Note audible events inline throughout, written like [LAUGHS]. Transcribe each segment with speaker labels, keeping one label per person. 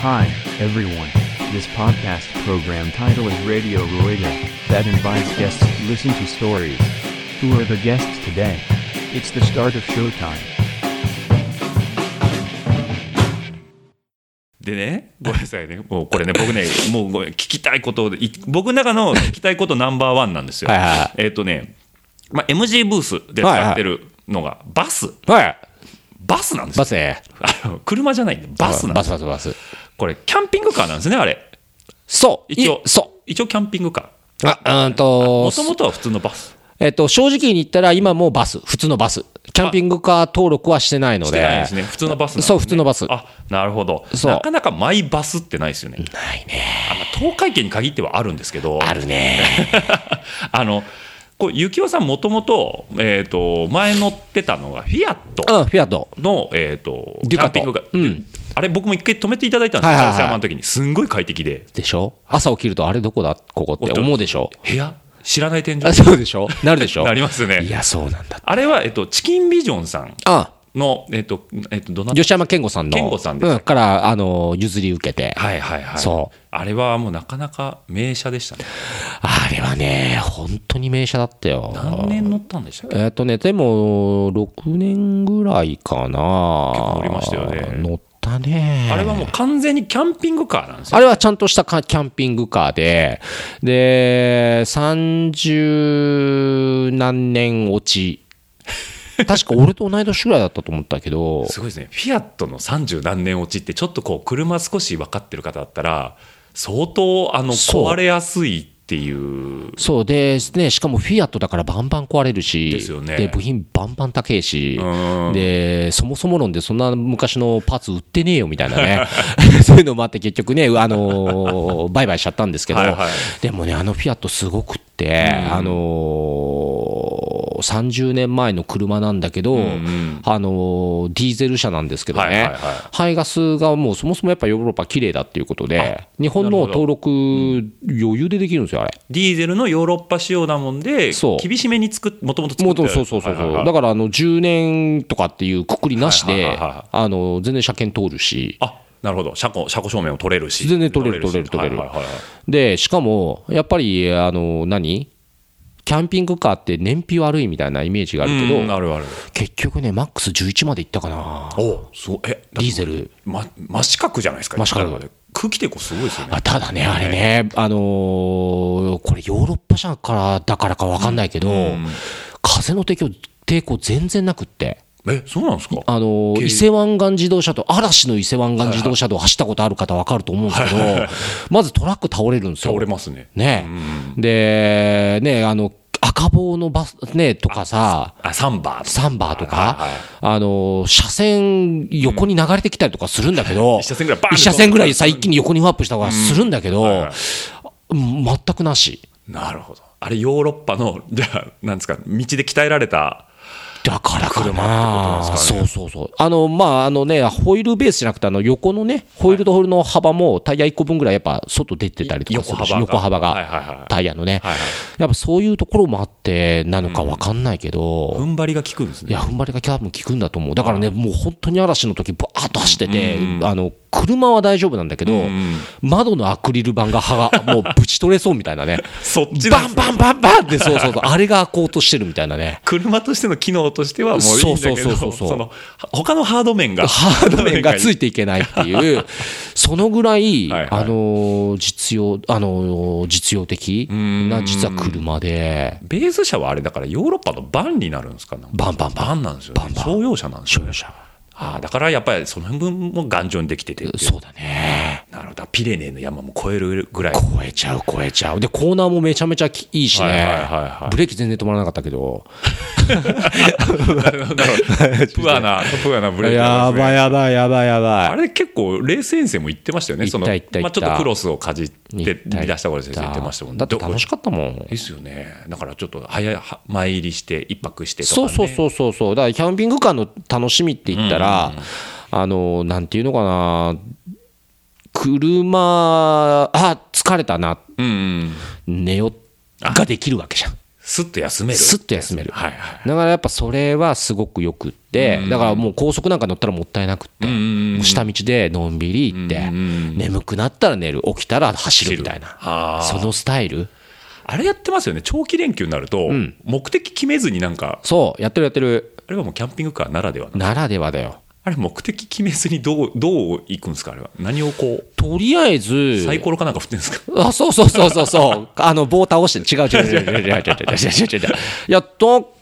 Speaker 1: Hi, everyone. This podcast program title is Radio Rueda, that invites guests to listen to stories. Who are the guests today? It's the start of showtime.
Speaker 2: でね、ごめんなさいね、もうこれね、僕ね、もうごめん聞きたいことをい僕の中の聞きたいことナンバーワンなんですよ。
Speaker 3: はいはいはい
Speaker 2: えっ、とね、まあ、MG ブースで使ってるのが、バス、
Speaker 3: はい。
Speaker 2: バスなんです
Speaker 3: バ
Speaker 2: よ。
Speaker 3: スね。
Speaker 2: あの車じゃないんで、バスなんで
Speaker 3: バ
Speaker 2: す
Speaker 3: ス
Speaker 2: よ。
Speaker 3: バスバス。
Speaker 2: これ、キャンピングカーなんですね、あれ。
Speaker 3: そう。
Speaker 2: 一応
Speaker 3: いそ
Speaker 2: 一応、キャンピングカ
Speaker 3: う。あ、うん
Speaker 2: ー。
Speaker 3: と
Speaker 2: も、ともとは普通のバス。
Speaker 3: えっと、正直に言ったら今もうバス。普通のバス。キャンピングカー登録はしてないの
Speaker 2: して
Speaker 3: で。
Speaker 2: ないですね。普通のバスなんですね
Speaker 3: そう普通のバス
Speaker 2: あ、なるほど。
Speaker 3: そう
Speaker 2: なかなかマイバスってないですよね。ないね。あまあ、東海圏に限ってはあるんですけど。
Speaker 3: あるね。
Speaker 2: あのこう幸男さんもともと,、えー、と前乗ってたのがフィアッ
Speaker 3: う
Speaker 2: ト
Speaker 3: ん、フィアット。
Speaker 2: の、えー、と
Speaker 3: デュカ
Speaker 2: キ
Speaker 3: ト
Speaker 2: ャンピングカー
Speaker 3: うん
Speaker 2: あれ僕も一回止めていただいたんです
Speaker 3: は
Speaker 2: よ
Speaker 3: いはいはい
Speaker 2: 嵐山の時にすんごい快適で
Speaker 3: でしょ朝起きるとあれどこだここって思うでしょ
Speaker 2: 部屋知らない天井
Speaker 3: あ、そうでしょなるでしょ
Speaker 2: なりますよ
Speaker 3: い
Speaker 2: ね
Speaker 3: や、そうなんだ。
Speaker 2: あれは、えっとチキンビジョンさん
Speaker 3: あ
Speaker 2: のえっ、と,、えっとどなた
Speaker 3: 吉山健吾さんの。
Speaker 2: 健吾さんです
Speaker 3: うん、から、あの、譲り受けて。
Speaker 2: はいはいはい
Speaker 3: そう
Speaker 2: あれはもうなかなか名車でしたね
Speaker 3: あれはね、本当に名車だったよ。
Speaker 2: 何年乗ったんでしたっけ
Speaker 3: えっとね、でも、6年ぐらいかな。結構
Speaker 2: 乗りましたよね
Speaker 3: 乗ったね。
Speaker 2: あれはもう完全にキャンピングカーなんですよ
Speaker 3: あれはちゃんとしたかキャンピングカーで、で、30何年落ち。確か俺と同い年ぐらいだったと思ったけど、
Speaker 2: すごいですね、フィアットの三十何年落ちって、ちょっとこう、車少し分かってる方だったら、相当あの
Speaker 3: そう
Speaker 2: 壊れやすいっていう、
Speaker 3: そうで、ね、しかもフィアットだからバンバン壊れるし、
Speaker 2: ですよね
Speaker 3: で部品バンバン高えし、
Speaker 2: うん
Speaker 3: で、そもそも論でそんな昔のパーツ売ってねえよみたいな
Speaker 2: [LAUGHS]
Speaker 3: ね、そういうのもあって結局ね、あのー、売買しちゃったんですけど、
Speaker 2: はいはい
Speaker 3: でもね、あのフィアットすごくって、あのー、30年前の車なんだけど、
Speaker 2: ん
Speaker 3: あのー、ディーゼル車なんですけどね、
Speaker 2: はいはいはい
Speaker 3: 排ガスがもうそもそもやっぱヨーロッパ綺麗だっていうことで、日本
Speaker 2: な
Speaker 3: の
Speaker 2: るほ
Speaker 3: 登録余裕でできるんですよ、あれ。
Speaker 2: ディーゼルのヨーロッパ仕様だもんで、
Speaker 3: そう
Speaker 2: 厳しめに作っ、もともと作
Speaker 3: も
Speaker 2: っ
Speaker 3: うで
Speaker 2: て
Speaker 3: もそうそうそう
Speaker 2: はい
Speaker 3: そ、
Speaker 2: うはいは
Speaker 3: だ
Speaker 2: い
Speaker 3: からあの10年とかっていうくくりなし
Speaker 2: はい
Speaker 3: で、
Speaker 2: はいはいは
Speaker 3: あの全然車検通るし、
Speaker 2: あなるほど、車庫車庫正面を取れるし、
Speaker 3: 全然取れる取れる
Speaker 2: しはいはいはいはい
Speaker 3: でしかもやっぱり、あの何キャンピングカーって燃費悪いみたいなイメージがあるけど、
Speaker 2: うんあるある、
Speaker 3: 結局ね、マックス11までいったかな、
Speaker 2: おすごい、え、だ
Speaker 3: デ
Speaker 2: っ
Speaker 3: ィ
Speaker 2: て
Speaker 3: ーゼル。
Speaker 2: ま、真四角じゃないですか、
Speaker 3: 真四角
Speaker 2: だから空気抵抗すごいですよね。
Speaker 3: あただね、あれね、あのーこれ、ヨーロッパ車からだからか分かんないけど、風の抵抗抵抗全然なくって。
Speaker 2: え、そうなんですか
Speaker 3: あの伊勢湾岸自動車道、嵐の伊勢湾岸自動車道走ったことある方分かると思うんですけど、
Speaker 2: [LAUGHS]
Speaker 3: まずトラック倒れるんですよ。
Speaker 2: 倒れますね。
Speaker 3: ね、で、ね、あの、赤棒のバス、ね、とかさ、
Speaker 2: あ、サンバー
Speaker 3: サンバーと
Speaker 2: は
Speaker 3: か
Speaker 2: いはいはい、
Speaker 3: あの、車線横に流れてきたりとかするんだけど、
Speaker 2: 一車線ぐらいバーン
Speaker 3: 一車線ぐらいさ、一気に横にワップした方がするんだけど、
Speaker 2: はいはい
Speaker 3: うん全くなし。
Speaker 2: なるほど。あれ、ヨーロッパの、 [LAUGHS] じゃあ、なんですか、道で鍛えられた、
Speaker 3: だからか
Speaker 2: 車
Speaker 3: な
Speaker 2: ってことなんですか
Speaker 3: そうそうそう。あの、まあ、あのね、ホイールベースじゃなくて、あの、横のね、ホイールとホイールの幅もタイヤ1個分ぐらいやっぱ外出てたりとかする
Speaker 2: 横
Speaker 3: し、
Speaker 2: 幅が
Speaker 3: 横幅
Speaker 2: はいはいは
Speaker 3: が
Speaker 2: い、
Speaker 3: タイヤのね
Speaker 2: はいはい。
Speaker 3: やっぱそういうところもあってなのかわかんないけ
Speaker 2: 踏
Speaker 3: ど、
Speaker 2: ん張りが効くんです
Speaker 3: い
Speaker 2: ね。
Speaker 3: や、踏ん張りが多分効くんだと思う。だからね、もう本当に嵐の時、バーッと走ってて、あの、車は大丈夫なんだけど、窓のアクリル板がはが、もうぶち取れそうみたい
Speaker 2: [LAUGHS]
Speaker 3: なね。
Speaker 2: そっちの
Speaker 3: バンバンバンバンって、そうそうそう、あれが開こうとしてるみたいなね。
Speaker 2: 車としての機能としてはもういいんだけ
Speaker 3: そうそう
Speaker 2: ど、
Speaker 3: そうそう
Speaker 2: その他のハード面が、
Speaker 3: ハード面がつ
Speaker 2: い
Speaker 3: いていけないっていう、そのぐらい、
Speaker 2: はいはい
Speaker 3: あのー実用、あのー実用的な実は車で、
Speaker 2: ベース車はあれだから、ヨーロッパのバンになるんですかなんか
Speaker 3: バンバンバン
Speaker 2: バンなんですよね、
Speaker 3: バンバン
Speaker 2: 商用車なんですよ、
Speaker 3: 乗
Speaker 2: ね
Speaker 3: 用。車。
Speaker 2: ああだからやっぱりその辺分も頑丈にできててっていう
Speaker 3: そうだね。
Speaker 2: なるほどピレネーの山も越えるぐらい
Speaker 3: 超えちゃう、超えちゃう。で、コーナーもめちゃめちゃきいいしね、
Speaker 2: はいはいはいはい
Speaker 3: ブレーキ全然止まらなかったけど、
Speaker 2: [LAUGHS] プアなプアなブレーキな
Speaker 3: や
Speaker 2: んですね
Speaker 3: ばいやばいやばいやばい
Speaker 2: あ。れ結構レース遠征も行ってましたよね
Speaker 3: 行った行った
Speaker 2: ま
Speaker 3: 行った
Speaker 2: あ、ちょっとクロスをかじって見
Speaker 3: 行った
Speaker 2: 出した頃先生言ってましたもん
Speaker 3: だって楽し
Speaker 2: か
Speaker 3: かったもん。
Speaker 2: ですよねだからちょっと早いは前入りして一泊してとか、
Speaker 3: そ
Speaker 2: ね、
Speaker 3: うそうそうそうそうだからキャンピングカーの楽しみって言ったら、あのなんていうのかな車あ疲れたな
Speaker 2: うんうん
Speaker 3: 寝よができるわけじゃん
Speaker 2: スッと休める。
Speaker 3: スッと休める
Speaker 2: はいはい。
Speaker 3: だからやっぱそれはすごくよくって、だからもう高速なんか乗ったらもったいなくって、
Speaker 2: うんうんうん
Speaker 3: もう下道でのんびり行って、
Speaker 2: うんうん
Speaker 3: 眠くなったら寝る、起きたら走るみたいな。
Speaker 2: あ
Speaker 3: そ
Speaker 2: ー
Speaker 3: のスタイル
Speaker 2: あれやってますよね。長期連休になると、目的決めずになんか、
Speaker 3: そう、やってるやってる。
Speaker 2: あれはもうキャンピングカーならではな。
Speaker 3: ならではだよ。
Speaker 2: あれ目的決めずにどう、どう行くんですかあれは。何をこ
Speaker 3: とりあえず
Speaker 2: う、、サイコロかなんか振ってんですか
Speaker 3: あ、そうそうそうそう [LAUGHS] そう。あの、棒倒して、違う違う違う [LAUGHS] 違う違う違う違う違う違う違う。いや、だ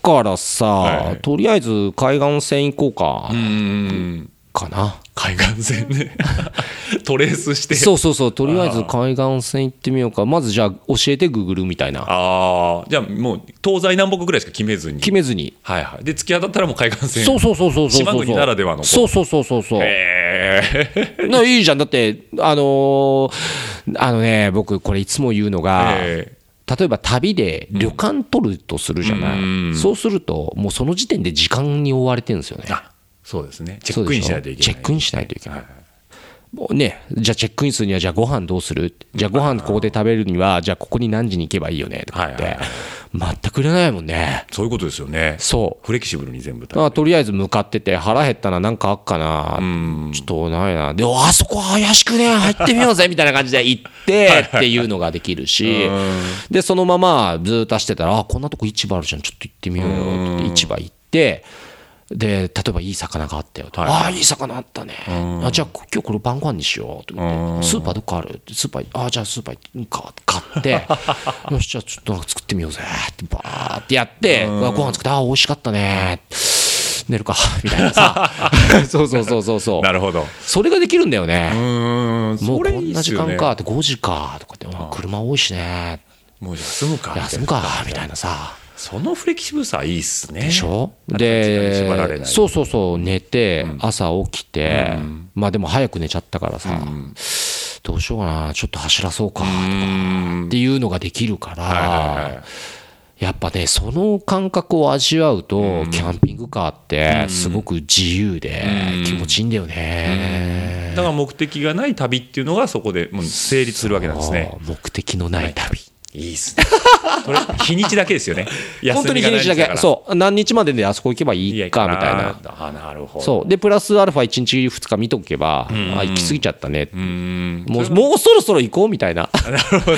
Speaker 3: から
Speaker 2: は
Speaker 3: さ
Speaker 2: い、
Speaker 3: とりあえず海岸線行こ
Speaker 2: うー
Speaker 3: う
Speaker 2: ん。
Speaker 3: か、かな。
Speaker 2: 海岸線ね。 [LAUGHS] トレースして。
Speaker 3: そうそうそう、とりあえず海岸線行ってみようか。まずじゃあ、教えてグーグルみたいな。
Speaker 2: ああ、じゃあもう東西南北ぐらいしか決めずに。
Speaker 3: 決めずに。
Speaker 2: はいはい。で、突き当たったらもう海岸線。
Speaker 3: そうそうそうそうそうそう。
Speaker 2: 島国ならではの
Speaker 3: そうそうそうそうそう。
Speaker 2: へえ。
Speaker 3: ないいじゃん。だって、あのーあのね、僕、これいつも言うのが、
Speaker 2: え
Speaker 3: 例えば旅で旅館取るとするじゃない、
Speaker 2: うん
Speaker 3: そうするともうその時点で時間に追われてるんですよね
Speaker 2: ー [LAUGHS] あ、そうですね。チェックインしないといけない。
Speaker 3: そうでょチェックインしないといけない、もうねじゃあチェックインするにはじゃあご飯どうするじゃあご飯ここで食べるにはじゃあここに何時に行けばいいよねとかって、
Speaker 2: はいはいはい
Speaker 3: 全く売れないもんね
Speaker 2: そういうことですよね。
Speaker 3: そう
Speaker 2: フレキシブルに全部食べ
Speaker 3: だからとりあえず向かってて腹減ったななんかあっかな、ちょっとないなであそこ怪しくね入ってみようぜみたいな感じで行ってっていうのができるしでそのままずっと走ってたらあこんなとこ市場あるじゃんちょっと行ってみようよって言って市場行って。で例えばいい魚があったよと、
Speaker 2: はい
Speaker 3: ああいい魚あったね、あじゃあ今日これ晩ご飯にしようと思ってスーパーどこあるってスーパーあじゃあスーパー行ってか買って [LAUGHS] よしじゃあちょっとなんか作ってみようぜってバーってやってご飯作ってああ美味しかったね寝るかみたいな [LAUGHS] さそうそうそうそうそう
Speaker 2: なるほど。
Speaker 3: それができるんだよ
Speaker 2: う
Speaker 3: ね、
Speaker 2: ーん。
Speaker 3: もう
Speaker 2: そ
Speaker 3: こ
Speaker 2: れいい
Speaker 3: ん
Speaker 2: っ
Speaker 3: な
Speaker 2: す
Speaker 3: 時
Speaker 2: よ
Speaker 3: 間
Speaker 2: ね
Speaker 3: かって5時かとかってあ車多いしね
Speaker 2: もう休むか。
Speaker 3: 休むかみたいなさ
Speaker 2: そのフレキシブルさいいっすね。
Speaker 3: でしょ
Speaker 2: 時間に縛られない
Speaker 3: でそうそうそう寝て朝起きて、
Speaker 2: うん
Speaker 3: まあでも早く寝ちゃったからさ、
Speaker 2: うん
Speaker 3: どうしようかなちょっと走らそうか
Speaker 2: うーん。
Speaker 3: っていうのができるから、
Speaker 2: はいはいはい。
Speaker 3: やっぱねその感覚を味わうと、キャンピングカーってすごく自由で
Speaker 2: うん
Speaker 3: 気持ちいいんだよね、
Speaker 2: だから目的がない旅っていうのがそこでもう成立するわけなんですね。
Speaker 3: そう目的のない旅、
Speaker 2: いいっすね。それ日にちだけですよ [LAUGHS] ね。
Speaker 3: 本当に日にちだけ
Speaker 2: う。
Speaker 3: そう何日までであそこ行けばいいかみたいな。
Speaker 2: あ、なるほど。
Speaker 3: そうでプラスアルファ1日2日見とけば、あ行き過ぎちゃったね、
Speaker 2: うーん。
Speaker 3: もうもうそろそろ行こうみたいな
Speaker 2: なるほど。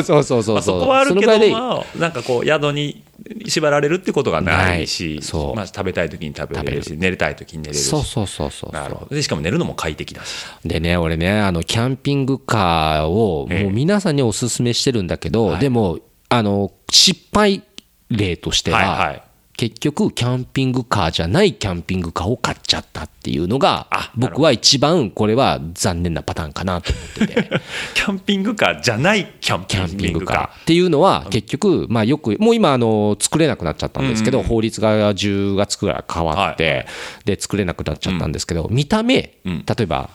Speaker 3: [LAUGHS] そうそうそうそうそう
Speaker 2: そこはあるけ
Speaker 3: そのぐらいでい
Speaker 2: ど、
Speaker 3: い
Speaker 2: まあ、なんかこう宿に縛られるってことがないし、
Speaker 3: ないそう
Speaker 2: まあ、食べたい時に食べれるし
Speaker 3: 食
Speaker 2: 寝れたい時に寝れるし
Speaker 3: そうそうそうそう
Speaker 2: なるほどでしかも寝るのも快適だし
Speaker 3: でね、俺ね、あの、キャンピングカーを、
Speaker 2: ええ
Speaker 3: もう皆さんにお勧めしてるんだけど、
Speaker 2: はい
Speaker 3: でも、あの、失敗例としては、
Speaker 2: はいはい
Speaker 3: 結局、キャンピングカーじゃないキャンピングカーを買っちゃったっていうのが
Speaker 2: あ、なるほど
Speaker 3: 僕は一番、これは残念なパターンかなと思ってて、
Speaker 2: キャンピングカーじゃない [LAUGHS] キャン
Speaker 3: キャン
Speaker 2: ピ
Speaker 3: ピ
Speaker 2: ン
Speaker 3: ン
Speaker 2: グ
Speaker 3: グ
Speaker 2: カ
Speaker 3: カ
Speaker 2: ー
Speaker 3: ーっていうのは、結局、まあよく、もう今、あの、作れなくなっちゃったんですけど、法律が10月くらい変わって、で、作れなくなっちゃったんですけど、見た目、
Speaker 2: ん
Speaker 3: 例えば、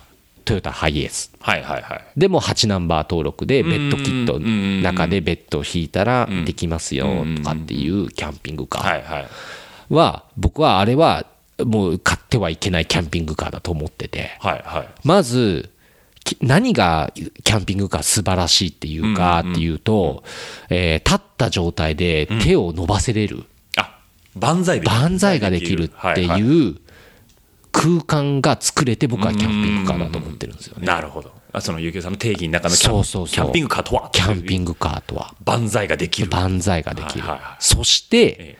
Speaker 3: トヨタハイエース。
Speaker 2: はいはいはい
Speaker 3: でも8ナンバー登録でベッドキットの中でベッドを引いたらできますよとかっていうキャンピング
Speaker 2: は
Speaker 3: カ
Speaker 2: いはい
Speaker 3: ーは僕はあれはもう買ってはいけないキャンピングカーだと思ってて
Speaker 2: はいはい
Speaker 3: まずき何がキャンピングカー素晴らしいっていうかっていうとえー立った状態で手を伸ばせれる
Speaker 2: あ万歳できる
Speaker 3: 万歳ができるって
Speaker 2: ははい
Speaker 3: いう空間が作れて僕はキャンピングカーだと思ってるんですよね。
Speaker 2: なるほどあそのゆうきょうさんの定義の中のキャン
Speaker 3: そうそうそう
Speaker 2: キャンピングカーとは
Speaker 3: キャンピングカーとは
Speaker 2: 万歳ができる
Speaker 3: 万歳ができる。
Speaker 2: はいはいはい
Speaker 3: そし
Speaker 2: え
Speaker 3: て、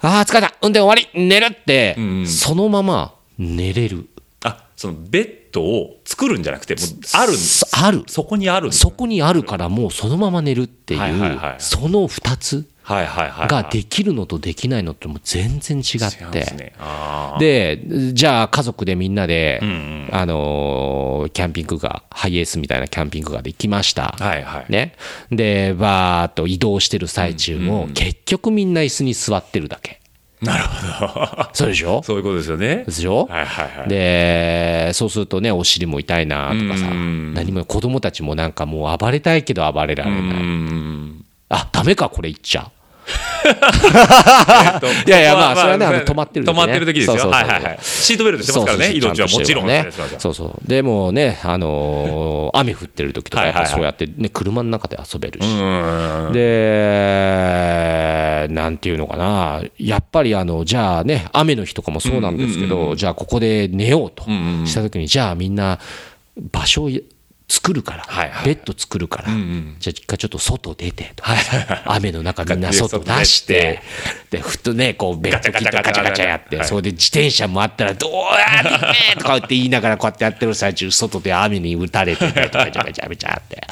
Speaker 3: ああ、疲れた運転終わり寝るって、
Speaker 2: ん
Speaker 3: そのまま寝れる。
Speaker 2: あそのベッドを作るんじゃなくてもうあるん
Speaker 3: そある。
Speaker 2: そこにあるん
Speaker 3: そこにあるからもうそのまま寝るっていう、
Speaker 2: はいはいはい
Speaker 3: その2つ
Speaker 2: はいはいはいはい
Speaker 3: ができるのとできないのともう全然違
Speaker 2: 違うん
Speaker 3: っ
Speaker 2: で
Speaker 3: て。
Speaker 2: すねあ
Speaker 3: で、じゃあ家族でみんなで、
Speaker 2: ん
Speaker 3: あのーキャンピングカー、ハイエースみたいなキャンピングカーで行きました。
Speaker 2: ーはいはい
Speaker 3: ね。で、バーっと移動してる最中も、結局みんな椅子に座ってるだけ。
Speaker 2: なるほど
Speaker 3: そうでしょ
Speaker 2: そういうことですよね
Speaker 3: でしょ、
Speaker 2: はいはいはい
Speaker 3: で、そうするとね、お尻も痛いなとかさ、
Speaker 2: うん
Speaker 3: 何も子供たちもなんかもう暴れたいけど暴れられ
Speaker 2: う
Speaker 3: ない。
Speaker 2: ーん
Speaker 3: あ、ダメか、これ言っちゃ。いやいやまあそれはねあの止まってる時
Speaker 2: 止
Speaker 3: ね
Speaker 2: まってる時ですよ
Speaker 3: そうそう
Speaker 2: は
Speaker 3: そう
Speaker 2: いはいはいシートベルトしてますからね
Speaker 3: そうそう
Speaker 2: 命はもちろん
Speaker 3: ね
Speaker 2: そうそう
Speaker 3: そうそうでもねあのー雨降ってる時とかやっぱそうやってね車の中で遊べるし、
Speaker 2: うん
Speaker 3: で、なんていうのかな、やっぱりあの、じゃあね、雨の日とかもそうなんですけど、じゃあここで寝ようと
Speaker 2: んうんうん
Speaker 3: したときに、じゃあみんな場所を作るから、
Speaker 2: はいはい
Speaker 3: ベッド作るから、
Speaker 2: うん
Speaker 3: じゃあ一回ちょっと外出てとか、雨の中みんな外出し
Speaker 2: 外
Speaker 3: て、で、ふっとね、こうベッドキットガ
Speaker 2: ガ
Speaker 3: チ
Speaker 2: チ
Speaker 3: ャ
Speaker 2: ャ
Speaker 3: ガ
Speaker 2: ガ
Speaker 3: チ
Speaker 2: チ
Speaker 3: ャ
Speaker 2: ャ
Speaker 3: や
Speaker 2: ガ
Speaker 3: っ
Speaker 2: チャ
Speaker 3: て、それで自転車もあったら、どうやってとか言って言いながらこうやってやってる最中、外で雨に打たれてね、とかガチャガチャガチ
Speaker 2: [LAUGHS]
Speaker 3: ャって。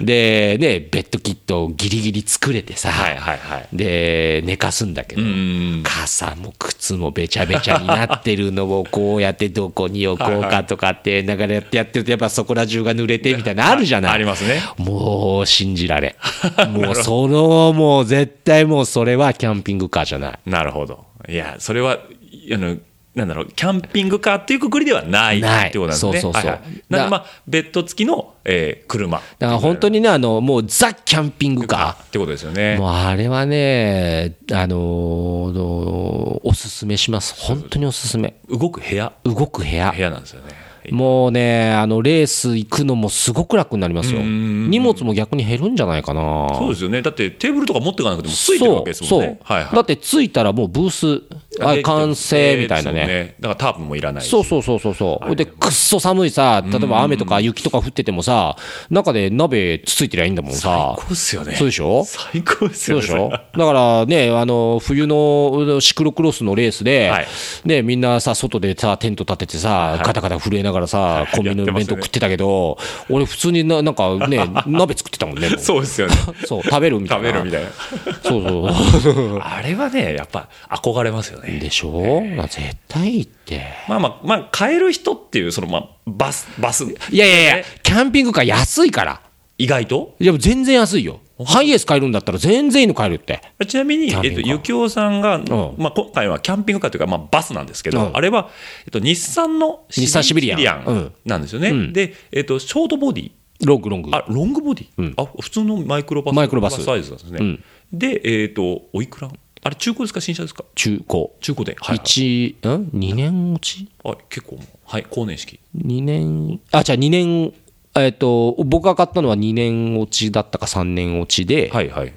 Speaker 3: で、ね、ベッドキットをギリギリ作れてさ、
Speaker 2: はいはいはい
Speaker 3: で、寝かすんだけど、
Speaker 2: うん
Speaker 3: 傘も靴もべちゃべちゃになってるのをこうやってどこに置こうかとかって流れやってやってるとやっぱそこら中が濡れてみたいなのあるじゃない
Speaker 2: ありますね
Speaker 3: もう信じられ
Speaker 2: [LAUGHS]
Speaker 3: んもうそのもう絶対もうそれはキャンピングカーじゃない
Speaker 2: なるほどいやそれはいあのなんだろうキャンピングカーっていうくくりではない
Speaker 3: ない
Speaker 2: ってことなんですね
Speaker 3: そうそうそう
Speaker 2: はいはいなん
Speaker 3: だ
Speaker 2: でまあベッド付きの、えー車
Speaker 3: だから本当にねあのもうザ・キャンピングカ
Speaker 2: ってことですよ
Speaker 3: ー
Speaker 2: ね
Speaker 3: もうあれはねあのーおすすめします本当におすすめ
Speaker 2: 動く部屋
Speaker 3: 動く部屋
Speaker 2: 部屋なんですよね
Speaker 3: もうね、あのレース行くのもすごく楽になりますよ。荷物も逆に減るんじゃないかな。
Speaker 2: そうですよねだってテーブルとか持っていかなくてもついてるわけですもんね
Speaker 3: そう
Speaker 2: はい
Speaker 3: だ
Speaker 2: は
Speaker 3: って着いたらもうブース、
Speaker 2: い
Speaker 3: あ
Speaker 2: で
Speaker 3: 完成みたいな
Speaker 2: そう
Speaker 3: ね。
Speaker 2: だからタープもいらないし
Speaker 3: そうそうそうそうそう。で、くっそ寒いさ、例えば雨とか雪とか降っててもさ、中で鍋つついてりゃいいんだもんさ。
Speaker 2: 最高っすよね
Speaker 3: そうでしょ
Speaker 2: 最高です
Speaker 3: そ
Speaker 2: よ
Speaker 3: う
Speaker 2: ね
Speaker 3: でしょだからね、あの冬のシクロクロスのレースで、
Speaker 2: はい
Speaker 3: ね、みんなさ、外でさ、テント立ててさ、ガタガタ震えながらさ、コンビニの弁当
Speaker 2: やってますね
Speaker 3: 食ってたけど、俺、普通にななんか
Speaker 2: [LAUGHS]
Speaker 3: ね、鍋作ってたもんね、もう
Speaker 2: そうですよね
Speaker 3: そう食べ [LAUGHS] るみたい
Speaker 2: 食
Speaker 3: な。
Speaker 2: べるみたいな
Speaker 3: そうそ
Speaker 2: [LAUGHS]
Speaker 3: うそ
Speaker 2: あれはねやっぱ憧れますよ
Speaker 3: う。
Speaker 2: ね
Speaker 3: でしょ絶対いいって。
Speaker 2: まあまあまあ買える人っていうそのまあバスバス
Speaker 3: いやいやいや
Speaker 2: ね、
Speaker 3: キャンピングカー安いから。
Speaker 2: 意外と
Speaker 3: いや、全然安いよ。ハイエース買えるんだったら全然いいの買えるって。
Speaker 2: ちなみに、
Speaker 3: キャンピ
Speaker 2: え
Speaker 3: ン
Speaker 2: っ
Speaker 3: グ
Speaker 2: と、
Speaker 3: カー
Speaker 2: ゆきおさんが、
Speaker 3: ん
Speaker 2: まあ、今回はキャンピングカーというか、まあ、バスなんですけど、
Speaker 3: うん
Speaker 2: あれは、えっと、日産の
Speaker 3: 日産シビリアンうん
Speaker 2: なんですよね、
Speaker 3: ん
Speaker 2: で、えっと、ショートボディ
Speaker 3: ロングロング。
Speaker 2: あロングボディ、あ普通のマイクロバス
Speaker 3: マイクロバス
Speaker 2: サイズなんですね、
Speaker 3: うん
Speaker 2: で、えっと、おいくらあれ中古ですか新車ですか
Speaker 3: 中古。
Speaker 2: 中古で、はいはい
Speaker 3: 一、ん ?2 年落ち
Speaker 2: あ結構もうはい高年式
Speaker 3: 2年あじゃあ2年えっ、と僕が買ったのは2年落ちだったか3年落ちで、
Speaker 2: はいはい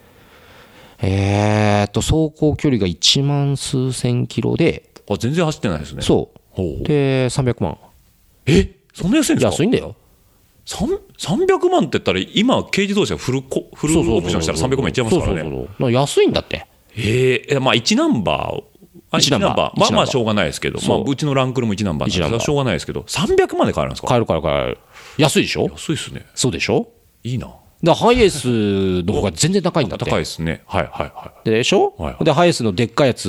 Speaker 3: えっ、と走行距離が1万数千キロで
Speaker 2: あ全然走ってないですね
Speaker 3: そ
Speaker 2: ほ
Speaker 3: う
Speaker 2: う
Speaker 3: で300万
Speaker 2: えそんな安いんですか
Speaker 3: 安いんだよ
Speaker 2: さん300万って言ったら今軽自動車フルコフルオプションしたら300万いっちゃいますから
Speaker 3: そうそ
Speaker 2: ね
Speaker 3: うそうそう安いんだって
Speaker 2: ええまあ1ナンバーをあ
Speaker 3: 一ナンバー
Speaker 2: 一
Speaker 3: 一ナンバー
Speaker 2: まあまあしょうがないですけど
Speaker 3: そう
Speaker 2: まあ、うちのランクルも1ナンバーなんです
Speaker 3: 一ナンバー
Speaker 2: がしょうがないですけど300万で買えるんですか
Speaker 3: 買えるから買える安いでしょ
Speaker 2: 安いですね
Speaker 3: そうでしょ
Speaker 2: いいな
Speaker 3: だからハイエースの方が全然高いんだって
Speaker 2: 高いですねはいはいは
Speaker 3: でしょ、
Speaker 2: はいはい
Speaker 3: でハイエースのでっかいやつ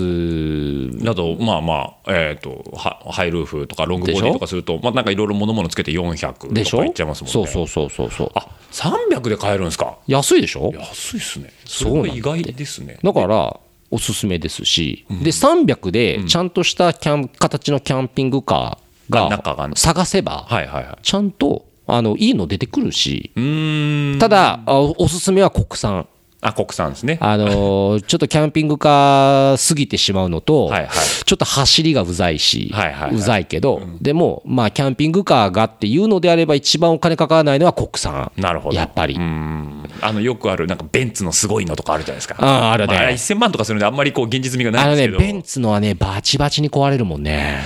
Speaker 2: いだとまあまあえっ、とはハイルーフとかロングボディとかするとまあなんかいろいろ物々つけて
Speaker 3: で
Speaker 2: 400
Speaker 3: し
Speaker 2: とか
Speaker 3: ょ
Speaker 2: いっちゃいますもんね
Speaker 3: そうそうそうそうそう
Speaker 2: あ300で買えるんですか
Speaker 3: 安いでしょ
Speaker 2: 安いですねそ
Speaker 3: そうなん
Speaker 2: れ
Speaker 3: だ
Speaker 2: は意外ですね
Speaker 3: だから、おすすめですし、で、300で、ちゃんとしたキャン、形のキャンピングカー
Speaker 2: あ中が
Speaker 3: が
Speaker 2: ね
Speaker 3: 探せば、
Speaker 2: はいはいはい
Speaker 3: ちゃんと、あの、いいの出てくるし、
Speaker 2: うーん
Speaker 3: ただ、あおおすすめは国産。
Speaker 2: あ国産ですね
Speaker 3: あ
Speaker 2: [LAUGHS]
Speaker 3: のーちょっとキャンピングカー過ぎてしまうのと、
Speaker 2: はいはい
Speaker 3: ちょっと走りがうざいし、
Speaker 2: はいはいはいう
Speaker 3: ざいけど、でも、まあ、キャンピングカーがっていうのであれば、一番お金かからないのは国産。
Speaker 2: なるほど
Speaker 3: やっぱり。
Speaker 2: うんあのよくあるなんかベンツのすごいのとかあるじゃないですか。
Speaker 3: あーあるね
Speaker 2: まあ、あれ1000万とかするんであんまりこう現実味がない
Speaker 3: あ
Speaker 2: ん
Speaker 3: の
Speaker 2: です
Speaker 3: ね、
Speaker 2: けど。
Speaker 3: ベンツのはね、バチバチに壊れるもんね。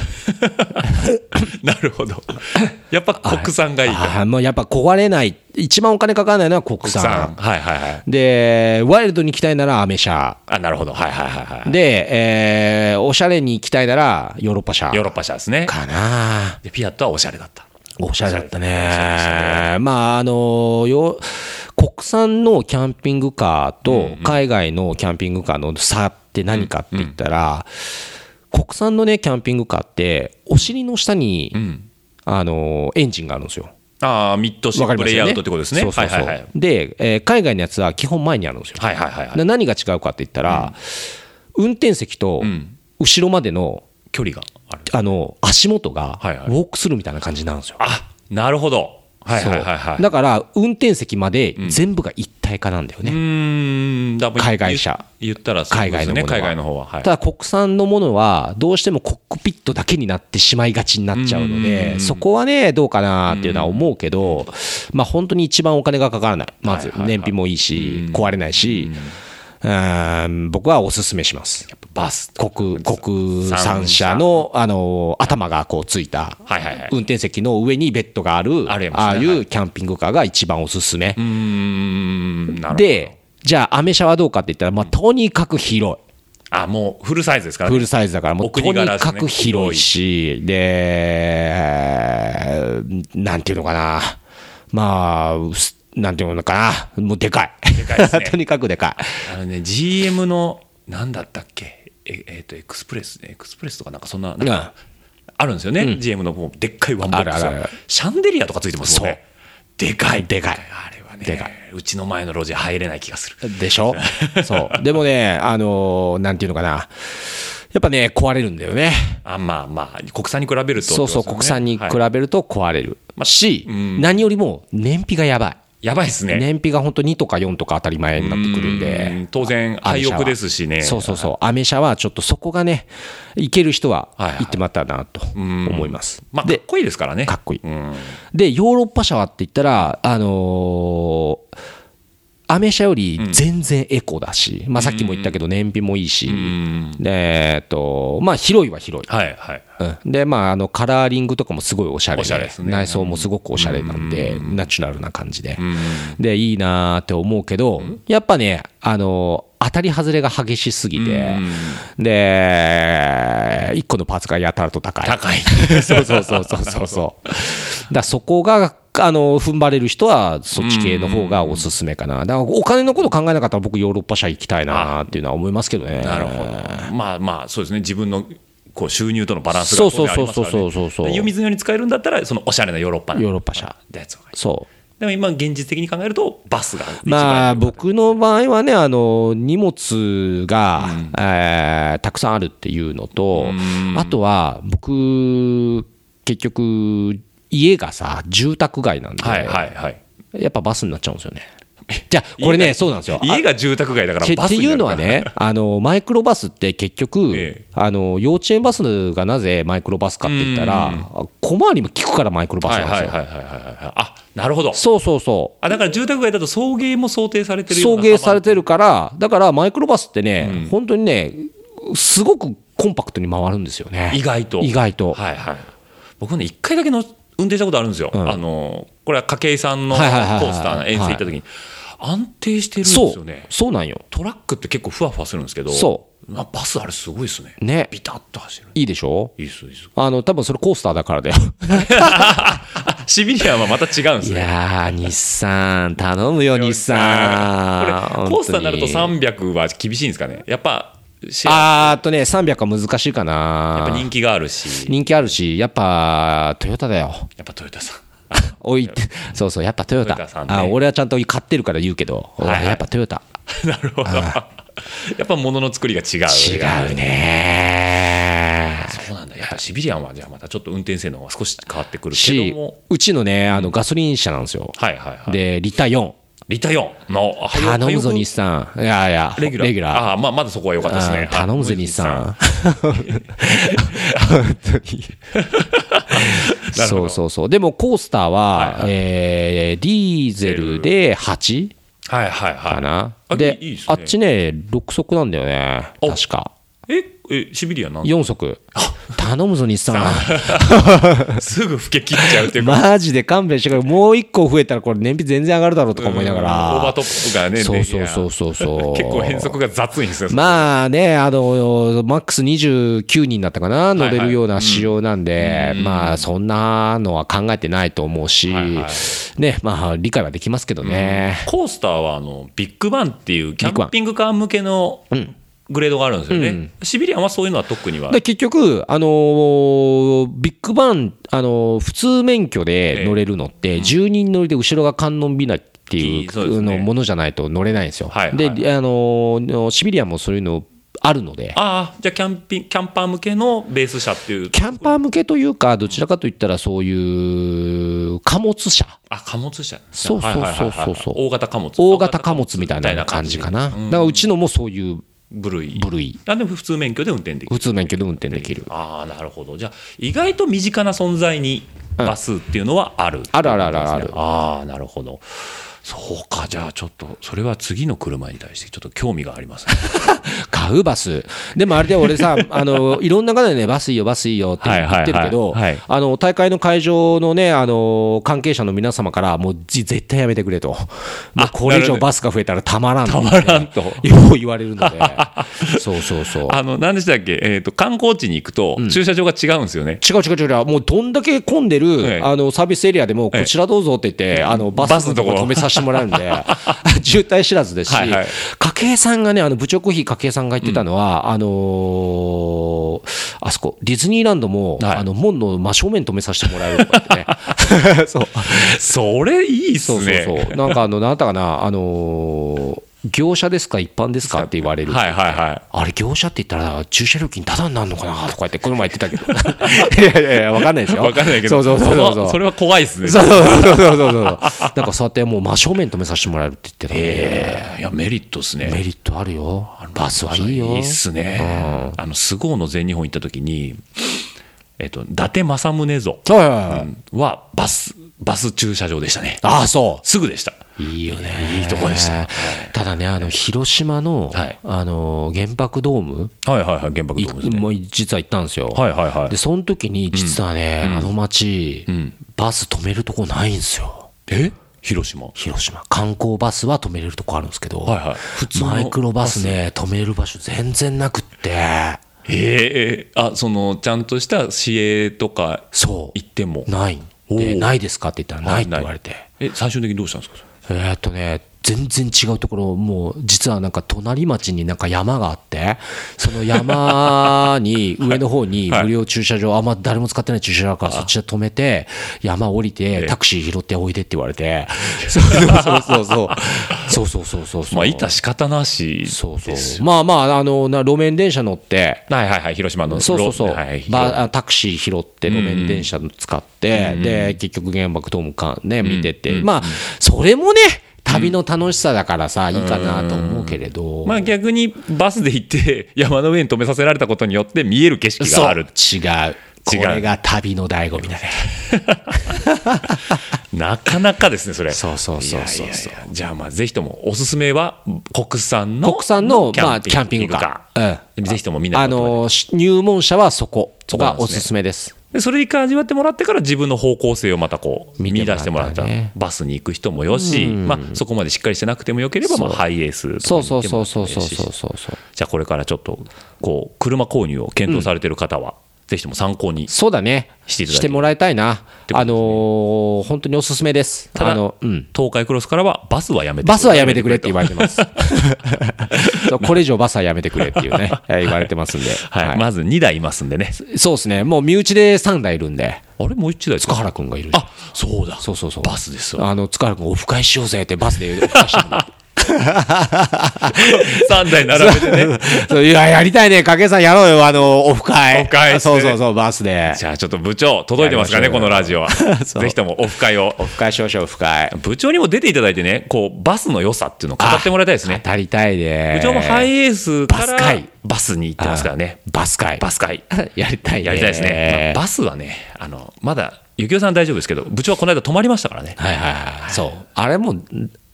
Speaker 2: [LAUGHS] なるほど。やっぱ国産がいいか。
Speaker 3: ああもうやっぱ壊れない、一番お金かからないのは国
Speaker 2: 国
Speaker 3: 産。
Speaker 2: 産。はいはいはい。
Speaker 3: で、ワイルドに行きたいならアメ車。
Speaker 2: あなるほど。はいはいはいはい。
Speaker 3: で、えーおしゃれに行きたいならヨーロッパ車。
Speaker 2: ヨーロッパ車ですね。
Speaker 3: かなあ
Speaker 2: でピアットはおしゃれだった。
Speaker 3: おしゃれだったね。まあ、あの、よ、国産のキャンピングカーと海外のキャンピングカーの差って何かって言ったら、国産のね、キャンピングカーって、お尻の下に、
Speaker 2: ん
Speaker 3: あの、エンジンがあるんですよ。
Speaker 2: ああミッドシ
Speaker 3: わか
Speaker 2: ッ
Speaker 3: り
Speaker 2: プ
Speaker 3: ま
Speaker 2: レ
Speaker 3: す
Speaker 2: イ
Speaker 3: よ
Speaker 2: ア
Speaker 3: ね
Speaker 2: ウトってことですね。
Speaker 3: そうそうそう
Speaker 2: はいはいはい。
Speaker 3: で、えー海外のやつは基本前にあるんですよ。
Speaker 2: はいはいはいはい。
Speaker 3: な何が違うかって言ったら、運転席と
Speaker 2: ん
Speaker 3: 後ろまでの
Speaker 2: 距離がある。
Speaker 3: あの足元がウ
Speaker 2: はいはい
Speaker 3: ォークスルーみたいな感じなんですよ。
Speaker 2: あなるほど。はいはいはいはい
Speaker 3: だから運転席まで全部が一体化なんだよね、
Speaker 2: うーんだから
Speaker 3: 海外車
Speaker 2: 言言ったらそういう
Speaker 3: 海
Speaker 2: ことですね
Speaker 3: 外のものは
Speaker 2: 海外の方ははい
Speaker 3: ただ国産のものはどうしてもコックピットだけになってしまいがちになっちゃうの
Speaker 2: うんうんう
Speaker 3: で
Speaker 2: ん
Speaker 3: そこはねどうかなっていうのは思うけどまあ本当に一番お金がかからないまず
Speaker 2: はいはいはい
Speaker 3: 燃費もいいし
Speaker 2: うん
Speaker 3: 壊れないしうーん僕はおすすめします
Speaker 2: バス
Speaker 3: 国国産
Speaker 2: 産
Speaker 3: 車
Speaker 2: 車
Speaker 3: のあの頭がこうついた
Speaker 2: はいはいはい
Speaker 3: 運転席の上にベッドがある
Speaker 2: ありますね
Speaker 3: ああい
Speaker 2: は
Speaker 3: うキャンピングカーが一番おすすめ
Speaker 2: うーんなるほど
Speaker 3: でじゃあアメ車はどうかって言ったらまあとにかく広い
Speaker 2: あもうフルサイズですから
Speaker 3: フ
Speaker 2: ね
Speaker 3: ルサイズだから、もう
Speaker 2: お
Speaker 3: と
Speaker 2: 国
Speaker 3: に
Speaker 2: 柄ですね
Speaker 3: かく広いし、で、なんていうのかな、まあ、すなんていうのかな、もうでかい。
Speaker 2: でかいですね
Speaker 3: [LAUGHS] とにかくでかい。
Speaker 2: あのね GM のなんだったっけええーとエクスプレスエクスプレスとかなんかそんななんかあるんですよね、GM のもうでっかいワンボックス
Speaker 3: あるあるある
Speaker 2: シャンデリアとかついてますもんねでかい
Speaker 3: でかい
Speaker 2: あれはね
Speaker 3: でかいう
Speaker 2: ちの前の路地入れない気がする
Speaker 3: でしょそう。でもね、あのーなんていうのかな、やっぱね、壊れるんだよね。
Speaker 2: あまあまあ国産に比べると
Speaker 3: そうそう、国産に比
Speaker 2: 比べ
Speaker 3: べると壊れる。
Speaker 2: まあ
Speaker 3: し、
Speaker 2: うん
Speaker 3: 何よりも燃費がやばい。
Speaker 2: やばいですね
Speaker 3: 燃費が本当2とか4とか当たり前になってくるんで。
Speaker 2: うん当然廃屋ですしね
Speaker 3: そうそうそう、アメ車はちょっとそこがね、行ける人は
Speaker 2: はいはい
Speaker 3: 行ってもらったらなと思います。
Speaker 2: まあかっ
Speaker 3: で、
Speaker 2: こいいですからね
Speaker 3: かっこいい。
Speaker 2: うん
Speaker 3: で、ヨーロッパ車はって言ったら、あのーアメ車より全然エコだし、まあ、さっきも言ったけど、燃費もいいし、
Speaker 2: うん
Speaker 3: でえっとまあ、広いは広い。
Speaker 2: はいはい
Speaker 3: うんでまあ、あのカラーリングとかもすごいおしゃれ
Speaker 2: お
Speaker 3: で
Speaker 2: しゃれですね
Speaker 3: 内装もすごくおしゃれなんで、ナチュラルな感じで、
Speaker 2: うん
Speaker 3: でいいなーって思うけど、やっぱね、あのー当たり外れが激しすぎて、で1個のパーツがやたらと高い
Speaker 2: 高い
Speaker 3: [LAUGHS] そうそうそうそうそうそうだからそこがあの踏ん張れる人はそっち系の方がおすすめかなだからお金のこと考えなかったら僕ヨーロッパ車行きたいなっていうのは思いますけどね
Speaker 2: なるほどまあまあそうですね自分のこう収入とのバランスが
Speaker 3: そうそ
Speaker 2: 当然あり
Speaker 3: う
Speaker 2: ますからね
Speaker 3: そうそうそうそうそう
Speaker 2: で湯水のように使えるんだったらそのおしゃれなヨーロッパの
Speaker 3: ヨーロッパ車
Speaker 2: でやつがいい
Speaker 3: そう
Speaker 2: でも今現実的に考えるとバスが一番
Speaker 3: まあ僕の場合はねあの荷物が、えーたくさんあるっていうのと、あとは僕結局家がさ住宅街なんで、
Speaker 2: はいはいはい
Speaker 3: やっぱバスになっちゃうんですよね。 [LAUGHS] じゃあこれねそうなんですよ。あ
Speaker 2: 家が住宅街だから
Speaker 3: けっ
Speaker 2: バス
Speaker 3: て
Speaker 2: に
Speaker 3: い
Speaker 2: な
Speaker 3: う
Speaker 2: る
Speaker 3: の
Speaker 2: から [LAUGHS]
Speaker 3: はね、あのマイクロバスって結局、
Speaker 2: ええ
Speaker 3: あの幼稚園バスがなぜマイクロバスかって言ったら、小回りも利くからマイクロバ
Speaker 2: はい
Speaker 3: スなんです
Speaker 2: は
Speaker 3: よ。
Speaker 2: いはいはいはいはいあなるほど
Speaker 3: そうそうそう。
Speaker 2: あだから住宅街だと送迎も想定されてるよう
Speaker 3: 送
Speaker 2: な
Speaker 3: 迎されてるから、だからマイクロバスってね、本当にね、すごくコンパクトに回るんですよね。
Speaker 2: 意外と
Speaker 3: 意外と。
Speaker 2: はいはい、僕ね、1回だけの運転したことあるんですよ、
Speaker 3: ん
Speaker 2: あのこれは筧さんのコ
Speaker 3: はいはいはいはい
Speaker 2: ースターの遠征行った時に、安定してるんです
Speaker 3: そ
Speaker 2: よ
Speaker 3: う
Speaker 2: ね、、
Speaker 3: そうなんよ。
Speaker 2: トラックって結構ふわふわするんですけど、
Speaker 3: そう
Speaker 2: まあ、バス、あれすごいですね、
Speaker 3: ね、
Speaker 2: ビタッと走る、
Speaker 3: いいでしょ
Speaker 2: いいっす、いいっす、
Speaker 3: あの、多分それコースターだからだよ。
Speaker 2: シビリアンはまた違うんです
Speaker 3: い
Speaker 2: ね。
Speaker 3: やー、日産、頼むよ、日産。
Speaker 2: これコースターになると
Speaker 3: 本
Speaker 2: 300は厳しいんですかね、やっぱ、シ
Speaker 3: 当
Speaker 2: ェ
Speaker 3: に
Speaker 2: ア
Speaker 3: あーっとね、300は難しいか
Speaker 2: やっぱ
Speaker 3: な。
Speaker 2: 人気があるし、
Speaker 3: 人気あるし、やっぱトヨタだよ。
Speaker 2: やっぱトヨタさん、 [LAUGHS]
Speaker 3: おいて、そうそう、やっぱトヨタ。
Speaker 2: トヨタさんね
Speaker 3: あ俺はちゃんと買ってるから言うけど、
Speaker 2: はいはい
Speaker 3: やっぱトヨタ。
Speaker 2: なるほど、やっぱ物の作りが違う。
Speaker 3: 違うね
Speaker 2: そうなんだやっぱシビリアンはじゃあまたちょっと運転性能が少し変わってくるけ
Speaker 3: し
Speaker 2: ども、
Speaker 3: うちのね、あのガソリン車なんですよ。
Speaker 2: はいはいはい、
Speaker 3: で、リター4。
Speaker 2: リタ4のあはよ
Speaker 3: 頼むぞ、
Speaker 2: はよ
Speaker 3: 日産。いやいや、
Speaker 2: レギュラー
Speaker 3: レギュラー。
Speaker 2: ああまあまだそこは良かったです
Speaker 3: うん
Speaker 2: ね
Speaker 3: 頼むぜ、
Speaker 2: あ
Speaker 3: 日産。
Speaker 2: [LAUGHS] なるほ
Speaker 3: そ
Speaker 2: ど
Speaker 3: うそうそう。でも、コースター
Speaker 2: はい
Speaker 3: は、
Speaker 2: はい
Speaker 3: えーディーゼルで 8?
Speaker 2: はいはいはい
Speaker 3: かな
Speaker 2: あ
Speaker 3: で
Speaker 2: いいいいっすね
Speaker 3: あっちね6速なんだよね
Speaker 2: お
Speaker 3: 確か
Speaker 2: ええシビリアンなん
Speaker 3: 4速頼むぞ日産
Speaker 2: すぐ老け切っちゃうっていう
Speaker 3: [LAUGHS]
Speaker 2: か
Speaker 3: マジで勘弁してくれもう1個増えたらこれ燃費全然上がるだろうとか思いなが
Speaker 2: うんオーバー
Speaker 3: ら
Speaker 2: トップがね
Speaker 3: そうそうそうそうそう
Speaker 2: [LAUGHS] 結構変則が雑いんですよ
Speaker 3: まあね、あの、マックス29人だったかな、乗れるような仕様なんで、
Speaker 2: うん
Speaker 3: まあ、そんなのは考えてないと思うし、
Speaker 2: はいはい
Speaker 3: ね、まあ、理解はできますけどね。
Speaker 2: コースターはあのビッグバンっていうキ
Speaker 3: ッグバ
Speaker 2: ャ
Speaker 3: ン
Speaker 2: ンピングカー向けのグレードがあるんですよね、
Speaker 3: うん
Speaker 2: シビリアンはそういうのは特には
Speaker 3: で、結局、あのービッグバン、あのー普通免許で乗れるのって、10人乗りで後ろが観音びなってい
Speaker 2: そうです
Speaker 3: う
Speaker 2: ね
Speaker 3: のものじゃないと乗れないんですよ。
Speaker 2: はいはい
Speaker 3: で、あのーシビリアンもそういうのあるので。
Speaker 2: ああじゃあキャンピンキャンパー向けのベース車っていう
Speaker 3: キャンパー向けというか、どちらかといったらそういう貨物車、
Speaker 2: あ貨物車
Speaker 3: そうそうそうそう
Speaker 2: はいはいはいはい
Speaker 3: そう
Speaker 2: 大型貨物
Speaker 3: 大型貨物みたいな感じかな。だ
Speaker 2: う
Speaker 3: か
Speaker 2: ん
Speaker 3: らうちのもそういう
Speaker 2: 部類
Speaker 3: 部類、
Speaker 2: あでも普通免許で運転できる
Speaker 3: 普通免許で運転できる。
Speaker 2: ああなるほどじゃあ意外と身近な存在にバスっていうのはある、
Speaker 3: あるあるあるある
Speaker 2: ああなるほどそうかじゃあちょっとそれは次の車に対してちょっと興味があり
Speaker 3: [LAUGHS]
Speaker 2: ますね
Speaker 3: 買うバス。でもあれで俺
Speaker 2: [LAUGHS]
Speaker 3: さ、あの、いろんな方でね、バスいいよ、バスいいよって言ってるけど、
Speaker 2: はいはいはいはい
Speaker 3: あの、大会の会場のね、あの、関係者の皆様から、もうじ絶対やめてくれと。もうこれ以
Speaker 2: なるほど
Speaker 3: 上バスが増えたらたまらん
Speaker 2: たまらんと
Speaker 3: よう言われるの
Speaker 2: [LAUGHS]
Speaker 3: で。そうそうそう。
Speaker 2: あの何でしたっけ、えー、と観光地に行くと駐車場が違うんですよね、 [LAUGHS]
Speaker 3: 違う違う違う違う、もうどんだけ混んでる、
Speaker 2: ええ
Speaker 3: あのサービスエリアでも、こちらどうぞって言って、あのバ
Speaker 2: バ
Speaker 3: ス
Speaker 2: ス
Speaker 3: の
Speaker 2: のと
Speaker 3: とこ
Speaker 2: こ
Speaker 3: ろ
Speaker 2: ろ
Speaker 3: 止めさせても
Speaker 2: [LAUGHS]
Speaker 3: らうんで、渋滞知らずですし、
Speaker 2: はいはい
Speaker 3: 家計さんがね、あの部長コーヒー家計さんが言ってたのは、あのーあそこ、ディズニーランドも、
Speaker 2: はい
Speaker 3: あの門の真正面止めさせてもらえるとか言ってね、
Speaker 2: [LAUGHS]
Speaker 3: そう
Speaker 2: それいいっす
Speaker 3: そうそう
Speaker 2: ね
Speaker 3: そう、なんかあの、なんだったかな、あのー業者ですか、一般ですかって言われる。
Speaker 2: はいはいはい
Speaker 3: あれ業者って言ったら駐車料金タダになるのかなとか言ってこの前言ってたけ
Speaker 2: [LAUGHS]
Speaker 3: どいやいやいやわかんないですよ
Speaker 2: 分かんないけど
Speaker 3: そうそうそうそうそう
Speaker 2: それは怖いっすね
Speaker 3: そうそうそうそうそう。なんかそうやってもう真正面止めさせてもらえるって言ってたんで、
Speaker 2: えーいやメリットっすね
Speaker 3: メリットあるよ。バスはいいよ。
Speaker 2: いいっすね。あの、菅生の全日本行った時に、えっと、伊達政宗像
Speaker 3: そうはいはいはい
Speaker 2: はバス、バス駐車場でしたね。
Speaker 3: ああ、そ
Speaker 2: すぐでした。
Speaker 3: う。いいよね。
Speaker 2: いいとこでした
Speaker 3: ね。ただね、あの、広島の、
Speaker 2: はい
Speaker 3: あの、原爆ドーム、
Speaker 2: はいはいはい、原爆
Speaker 3: い
Speaker 2: ドームですね。
Speaker 3: もう実は行ったんですよ。
Speaker 2: はいはいはい
Speaker 3: で、。その時に、実はね、あの街、
Speaker 2: ん
Speaker 3: バス止めるとこないんですよ。
Speaker 2: え広島。
Speaker 3: 広島。観光バスは止めれるとこあるんですけど、
Speaker 2: はいはい。普通の
Speaker 3: マイクロバスね、止める場所全然なくって、
Speaker 2: ええあ、その、ちゃんとした市営とか
Speaker 3: そう。
Speaker 2: 行っても。
Speaker 3: ない
Speaker 2: お
Speaker 3: で
Speaker 2: ー
Speaker 3: ないですかって言ったらないって言われて
Speaker 2: え、最終的にどうしたんですか
Speaker 3: えーっとね全然違うところもう実はなんか隣町になんか山があってその山に
Speaker 2: [LAUGHS]
Speaker 3: 上の方に無料駐車場あんま誰も使ってない駐車場だからそっちで止めて山降りてタクシー拾っておいでって言われて
Speaker 2: [LAUGHS]
Speaker 3: そうそうそうそうそうそうそうそう
Speaker 2: まあ、いた仕方なし。
Speaker 3: そうそうまあまああのな路面電車乗って
Speaker 2: はいはいはい、広島の。
Speaker 3: そうそうそう、
Speaker 2: ロはい、
Speaker 3: バあタクシー拾って路面電車使って、で結局原爆ドームかね見てて、まあそれもね旅の楽しさだからさ、いいかなと思うけれど、
Speaker 2: まあ逆にバスで行って山の上に止めさせられたことによって見える景色
Speaker 3: そう
Speaker 2: がある
Speaker 3: 違うこ
Speaker 2: 違う
Speaker 3: れが旅の醍醐味だね
Speaker 2: なかなかですね、それ。
Speaker 3: そうそうそうそうそう
Speaker 2: やいやいやじゃあ、まあ、ぜひとも、おすすめは、国産の。
Speaker 3: 国産のまあキャンピングカー、
Speaker 2: ーぜひともみん
Speaker 3: うん、
Speaker 2: な
Speaker 3: あ
Speaker 2: に
Speaker 3: のし入門者はそこ
Speaker 2: こなんで
Speaker 3: が
Speaker 2: すね
Speaker 3: おすすめです
Speaker 2: でそれ一回味わってもらってから、自分の方向性をまたこう、
Speaker 3: 見
Speaker 2: 見
Speaker 3: てもらったらね
Speaker 2: 出してもらったら、バスに行く人もよし、まあ、そこまでしっかりしてなくてもよければ、まあ、ハイエース
Speaker 3: そ
Speaker 2: と
Speaker 3: う
Speaker 2: かに行
Speaker 3: そ
Speaker 2: っても
Speaker 3: うそうそうそう
Speaker 2: いいし
Speaker 3: そうそうそう
Speaker 2: じゃあ、これからちょっと、こう、車購入を検討されてる方は、ぜひとも参考に。
Speaker 3: そうだね
Speaker 2: していただいて
Speaker 3: もらいたいな
Speaker 2: てこと
Speaker 3: あ
Speaker 2: ですね
Speaker 3: のー本当におすすめです
Speaker 2: ただ
Speaker 3: あのうん
Speaker 2: 東海クロスからは、バスはやめてくれ
Speaker 3: バスはやめてくれって言われてます。そうこれ以上バスはやめてくれってい
Speaker 2: [LAUGHS]
Speaker 3: うね、えー言われてますんで。
Speaker 2: はい、まず2台いますんでね。
Speaker 3: そうですね。もう身内で3台いるんで、
Speaker 2: あれ、もう1台
Speaker 3: 塚原くんがいるし。
Speaker 2: あそうだ。
Speaker 3: そうそうそう。
Speaker 2: バス [LAUGHS] ですわ。
Speaker 3: あの、塚原くんオフ会しようぜってバスでオフ会してる
Speaker 2: 3台並べてね。
Speaker 3: [LAUGHS]
Speaker 2: [LAUGHS]
Speaker 3: そういや、やりたいね。かけさんやろうよ。あの、オフ会。
Speaker 2: オフ会して
Speaker 3: そ
Speaker 2: ね
Speaker 3: うそうそう、バスで。
Speaker 2: じゃあちょっと部長、届いてますかね、
Speaker 3: やりましょ
Speaker 2: こ
Speaker 3: う
Speaker 2: のラジオ [LAUGHS] は。ぜひともオフ会を。
Speaker 3: オフ会しましょう、オフ会。
Speaker 2: 部長にも出ていただいてね、こう、バスの良さっていうのを語ってもらいたいですね。
Speaker 3: 語りたいで。
Speaker 2: 部長もハイエースか
Speaker 3: バス
Speaker 2: ら
Speaker 3: 会
Speaker 2: バスに行ってますからね。
Speaker 3: バス会。
Speaker 2: バス会。
Speaker 3: やりたいね。
Speaker 2: やりたいですね。まあバスはね、あの、まだ、ゆきおさん大丈夫ですけど、部長はこの間泊まりましたからね。
Speaker 3: はいはいはい。そう。あれも、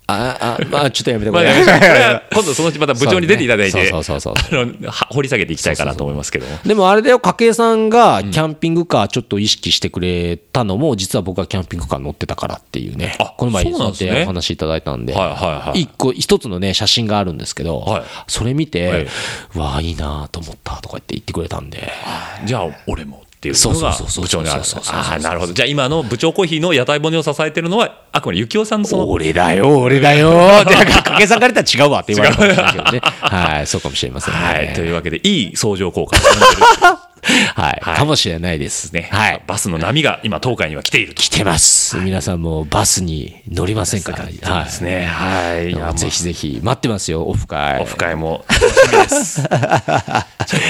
Speaker 3: あ、あ、まあ、ちょっとやめてく
Speaker 2: まあ
Speaker 3: れ。
Speaker 2: ね今度そのうちまた部長に出ていただいて、
Speaker 3: そうそうそう
Speaker 2: あのは掘り下げていきたいかなと思いますけども。
Speaker 3: でもあれだよ、筧さんがキャンピングカーちょっと意識してくれたのも、実は僕がキャンピングカー乗ってたからっていうね
Speaker 2: あ、
Speaker 3: この前、
Speaker 2: そうなんですね
Speaker 3: お話いただいたんで、
Speaker 2: はいはいはい
Speaker 3: 一個、一つのね、写真があるんですけど、
Speaker 2: はい
Speaker 3: それ見て、
Speaker 2: はいう
Speaker 3: わあ、いいなあと思ったとか言って言ってくれたんで、
Speaker 2: じゃあ、俺もって。っていうのが
Speaker 3: そうそうそうそう
Speaker 2: 部長にある
Speaker 3: そうそうそうそう
Speaker 2: ああなるほどじゃあ今の部長コーヒーの屋台骨を支えてるのはあくまで幸男さんのその
Speaker 3: 俺だよ、俺だよ。で、なんか、掛け算から言ったら違うわって言われるかもしれないけどね。はい、そうかもしれませんね。
Speaker 2: はい、というわけでいい相乗効果が生まれてるんで
Speaker 3: はい、かもしれないです
Speaker 2: すね
Speaker 3: ね。はい。
Speaker 2: バスの波が今東海には来ていると
Speaker 3: 来てます。皆さんもバスに乗りませんかはい。
Speaker 2: ですねはいい
Speaker 3: あ
Speaker 2: や
Speaker 3: のぜひぜひ待ってますよ、オフ会。
Speaker 2: オフ会も楽しみです。 [LAUGHS] ちょっ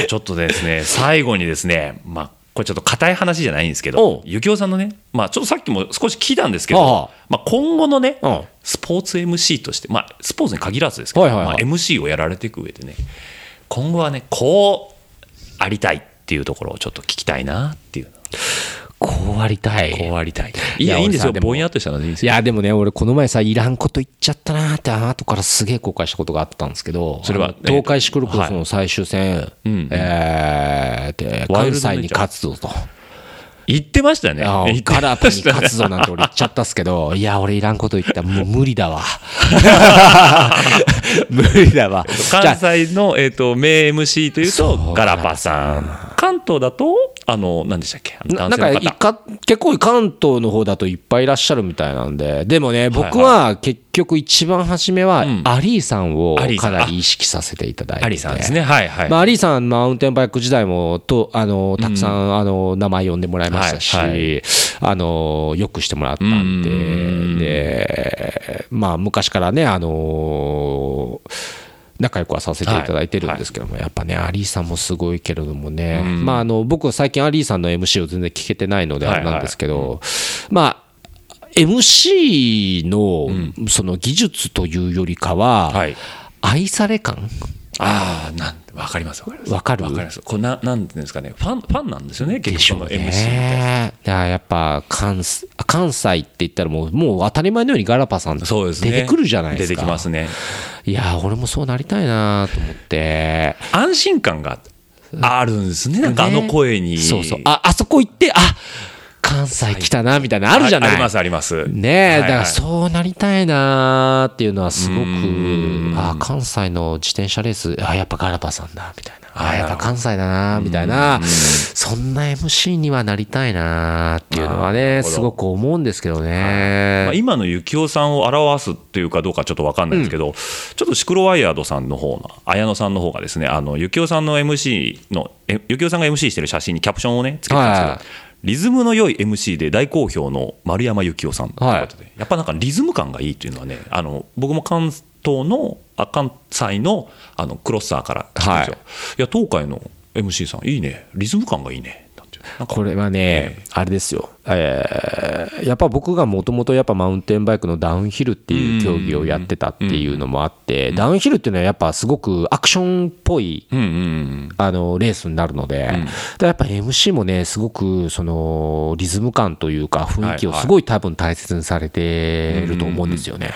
Speaker 2: とちょっとですね、最後にですね、まあ、これちょっと硬い話じゃないんですけ
Speaker 3: おう
Speaker 2: ど、ゆきおさんのね、まあ、ちょっとさっきも少し聞いたんですけ
Speaker 3: ああ
Speaker 2: ど、まあ、今後のね
Speaker 3: うん、
Speaker 2: スポーツ MC として、まあ、スポーツに限らずですけど、
Speaker 3: はいはいはい
Speaker 2: まあ、MC をやられていく上でね、今後はね、こうありたいっていうところをちょっと聞きたいなっていう。
Speaker 3: こうありたい。
Speaker 2: こうありたい。い
Speaker 3: いや
Speaker 2: や、いいんですよ。
Speaker 3: 俺さでも
Speaker 2: ぼんやっとしたのでいいです
Speaker 3: い
Speaker 2: よ。
Speaker 3: や、でもね、俺、この前さ、いらんこと言っちゃったなーって、あの後からすげえ後悔したことがあったんですけど、
Speaker 2: それは
Speaker 3: あの東海シクロクロスの最終戦、
Speaker 2: うん
Speaker 3: えーで、
Speaker 2: ワイルド
Speaker 3: 関
Speaker 2: ナイト
Speaker 3: 西に勝つぞと。
Speaker 2: 言ってましたよね。
Speaker 3: あ
Speaker 2: 言っ
Speaker 3: の
Speaker 2: て
Speaker 3: カラープに勝つぞなんて俺言っちゃったっすけ [LAUGHS] ど、いや、俺いらんこと言ったもう無理 [LAUGHS] だわ。無理だわ。じゃ
Speaker 2: 関
Speaker 3: あ
Speaker 2: 西の、えー、と名 MC という
Speaker 3: そ
Speaker 2: と
Speaker 3: う
Speaker 2: ガラパさん関東だとあの何でしたっけあの
Speaker 3: な
Speaker 2: 男性の
Speaker 3: なんかい
Speaker 2: 方
Speaker 3: か結構関東の方だといっぱいいらっしゃるみたいなんででもね僕は結局一番初めは
Speaker 2: うん
Speaker 3: アリーさんを
Speaker 2: アリー
Speaker 3: か
Speaker 2: さん
Speaker 3: なり意識させていただいて
Speaker 2: アリさんですねはいはい、
Speaker 3: まあ、アリーさん、マウンテンバイク時代もとあのたくさん、あの名前呼んでもらいましたし、
Speaker 2: はいは
Speaker 3: あのよくしてもらったんで、
Speaker 2: うん
Speaker 3: でまあ、昔からね、あの仲良くはさせていただいてるんですけども、やっぱね、アリーさんもすごいけれどもね、
Speaker 2: うん
Speaker 3: まあ、あの僕、最近、アリーさんの MC を全然聞けてないので、
Speaker 2: はい
Speaker 3: あ
Speaker 2: はい
Speaker 3: れなんですけど、まあ、MC のその技術というよりかは、
Speaker 2: はい
Speaker 3: 愛され感、
Speaker 2: ああなんわかりますわかります
Speaker 3: わかる
Speaker 2: わかりますこれななんていうんですかねファンファンなんですよね結局この MC みたいな
Speaker 3: ねだからやっぱ関西関西って言ったらもうもう当たり前のようにガラパさん出
Speaker 2: そうですね
Speaker 3: てくるじゃないですか
Speaker 2: 出てきますね
Speaker 3: いやー俺もそうなりたいなーと思って
Speaker 2: 安心感があるんですねなんかあの声に、
Speaker 3: そうそうああそこ行ってあ関西来たなみたいなのあるじゃない、
Speaker 2: ありますあります
Speaker 3: ねえ、
Speaker 2: はい
Speaker 3: だか
Speaker 2: は
Speaker 3: ら
Speaker 2: い
Speaker 3: そうなりたいなーっていうのはすごく
Speaker 2: うーん
Speaker 3: あ関西の自転車レースあやっぱガラパさんだみたいなあ
Speaker 2: あ
Speaker 3: やっぱ関西だなーみたいなそんな MC にはなりたいなーっていうのは
Speaker 2: な
Speaker 3: ね
Speaker 2: るほど
Speaker 3: すごく思うんですけど
Speaker 2: まあ、
Speaker 3: ね。
Speaker 2: 今の幸男さんを表すっていうかどうかちょっと分かんないですけど、ちょっとシクロワイヤードさんの方の綾野さんの方がですねあの幸男さんの MC のえ幸男さんが MC してる写真にキャプションをねつけてたんですけど、
Speaker 3: はい
Speaker 2: リズムの良い MC で大好評の丸山幸男さんということで、
Speaker 3: は
Speaker 2: やっぱなんかリズム感がいいっていうのはねあの僕も関東のあ関西のあのクロッサーから聞いたんですよ、い、や東海の MC さんいいねリズム感がいいねなんてなんか
Speaker 3: これはね、あれですよ、えーやっぱ僕がもともとやっぱマウンテンバイクのダウンヒルっていう競技をやってたっていうのもあって、ダウンヒルっていうのはやっぱすごくアクションっぽい
Speaker 2: うんうんうん
Speaker 3: あのレースになるので、だからやっぱ MC もね、すごくそのリズム感というか、雰囲気を
Speaker 2: はいはい
Speaker 3: すごい多分大切にされてると思うんですよね。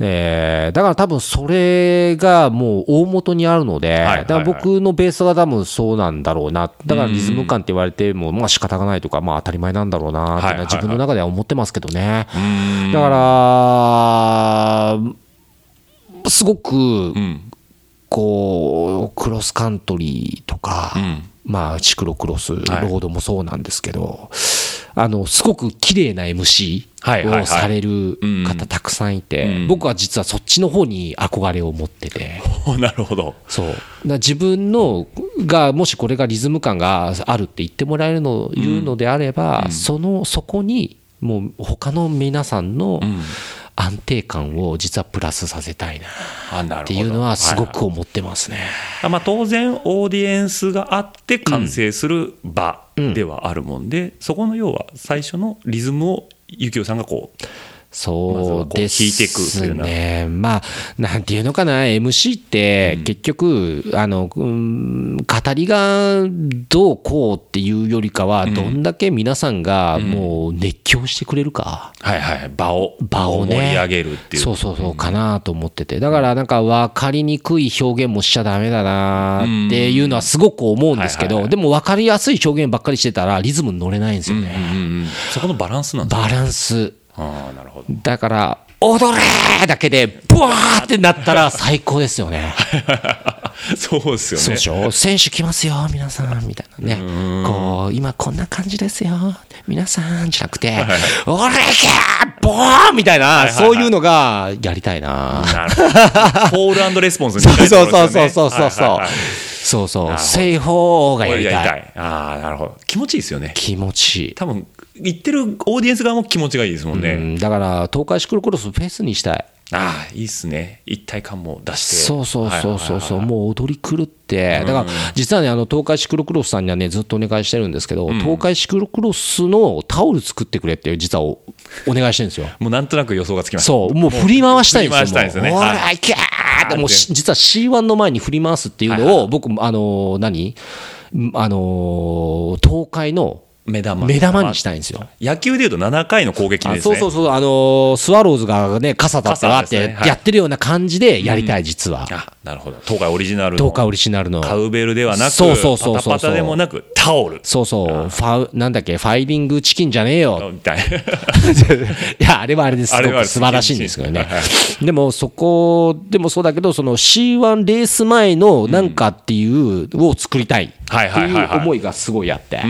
Speaker 3: えーだから多分それがもう大元にあるので、
Speaker 2: いはいはい
Speaker 3: だから僕のベースが多分そうなんだろうな、だからリズム感って言われても、まあ仕方がないとか、まあ当たり前なんだろうなっていうのは自分の中では思ってますけどね。だから、すごく
Speaker 2: うん
Speaker 3: こうクロスカントリーとか、
Speaker 2: うん
Speaker 3: [LAUGHS] まあシクロクロスロードもそうなんですけど、あのすごく綺麗な MC
Speaker 2: はいはいはい
Speaker 3: をされる
Speaker 2: うん
Speaker 3: 方たくさんいて、
Speaker 2: うん
Speaker 3: 僕は実はそっちの方に憧れを持ってて。
Speaker 2: なるほど
Speaker 3: そうだから自分のがもしこれがリズム感があるって言ってもらえるの言うのであれば、そのそこにもう他の皆さんの安定感を実はプラスさせたいな
Speaker 2: あなるほど
Speaker 3: っていうのはすご
Speaker 2: いい
Speaker 3: く思ってますね。
Speaker 2: あまあ、当然オーディエンスがあって完成する場ではあるもんで、そこの要は最初のリズムを幸男さんがこうまずは
Speaker 3: そ
Speaker 2: こ
Speaker 3: う
Speaker 2: う
Speaker 3: です
Speaker 2: 引いていくというような
Speaker 3: ね。まあ、なんていうのかな、MC って結局、あの、うん語りがどうこうっていうよりかは、どんだけ皆さんがもう熱狂してくれるか。
Speaker 2: はいはい場を
Speaker 3: 場をね
Speaker 2: 盛り上げるっていう
Speaker 3: そうそうそうかなと思っててだからなんか分かりにくい表現もしちゃダメだなっていうのはすごく思うんですけ
Speaker 2: うんは
Speaker 3: どでも分かりやすい表現ばっかりしてたらリズムに乗れないんですよね
Speaker 2: うんうんうんそこのバランスなんだ
Speaker 3: バランス
Speaker 2: ああなるほど
Speaker 3: だから、踊れーだけで、ブワーってなったら最高ですよね。
Speaker 2: そうですよね
Speaker 3: そうでしょ選手来ますよ皆さんみたいなねこう今こんな感じですよ皆さんじゃなくて「俺けーボーン!」みたいなそういうのがやりたいな
Speaker 2: なるほどコールレスポンスみたいなと
Speaker 3: そう
Speaker 2: こ
Speaker 3: そ
Speaker 2: ろで
Speaker 3: う
Speaker 2: すよ
Speaker 3: そう
Speaker 2: ね
Speaker 3: そうそうそう
Speaker 2: はいはいはい
Speaker 3: そうそう正方がやり
Speaker 2: やり
Speaker 3: た
Speaker 2: た
Speaker 3: い
Speaker 2: いああなるほど気持ちいいですよね
Speaker 3: 気持ちいい
Speaker 2: 多分言ってるオーディエンス側も気持ちがいいですもん
Speaker 3: う
Speaker 2: ね、
Speaker 3: んだから東海シクロクロスフェスにしたい
Speaker 2: ああいいっすね一体感も出して
Speaker 3: そうそうそうそ
Speaker 2: は
Speaker 3: うそう、
Speaker 2: いはいはいはい
Speaker 3: もう踊り狂って、だから実はね、あの東海シクロクロスさんにはね、ずっとお願いしてるんですけど、東海シクロクロスのタオル作ってくれって、実はおお願いしてるんですよ。
Speaker 2: もうなんとなく予想がつきました
Speaker 3: そう、もう振り回したいんですよ。
Speaker 2: 振り回したいんですよね
Speaker 3: もうお
Speaker 2: はい
Speaker 3: ら、いけーって、もうし実は C1 の前に振り回すっていう
Speaker 2: はいは
Speaker 3: のを、僕、あのー、何あのー、東海の
Speaker 2: 目玉
Speaker 3: 目玉にしたいんですよ。
Speaker 2: 野球でいうと7回の攻撃
Speaker 3: あ
Speaker 2: ですね
Speaker 3: そうそうそう、あのースワローズがね、傘だったらっ
Speaker 2: 傘です
Speaker 3: て
Speaker 2: ねはい
Speaker 3: やってるような感じでやりたい、実は。
Speaker 2: あなるほど東海オリジナルの
Speaker 3: 東海オリジナルの。
Speaker 2: カウベルではなく
Speaker 3: そうそうそうそうそう
Speaker 2: パタパタでもなくタオル
Speaker 3: そうそう、ファウ、なんだっけ、ファイリングチキンじゃねえよ。
Speaker 2: みたいな
Speaker 3: [LAUGHS] いや、あれはあれです
Speaker 2: あ
Speaker 3: ご
Speaker 2: れはあ
Speaker 3: く
Speaker 2: れ
Speaker 3: 素晴らしいんですけどね
Speaker 2: はいは。
Speaker 3: でも、そこでもそうだけど、その C1 レース前のなんかっていうを作りたいって
Speaker 2: はいはい
Speaker 3: い
Speaker 2: はいはいう
Speaker 3: 思いがすごいあって。そう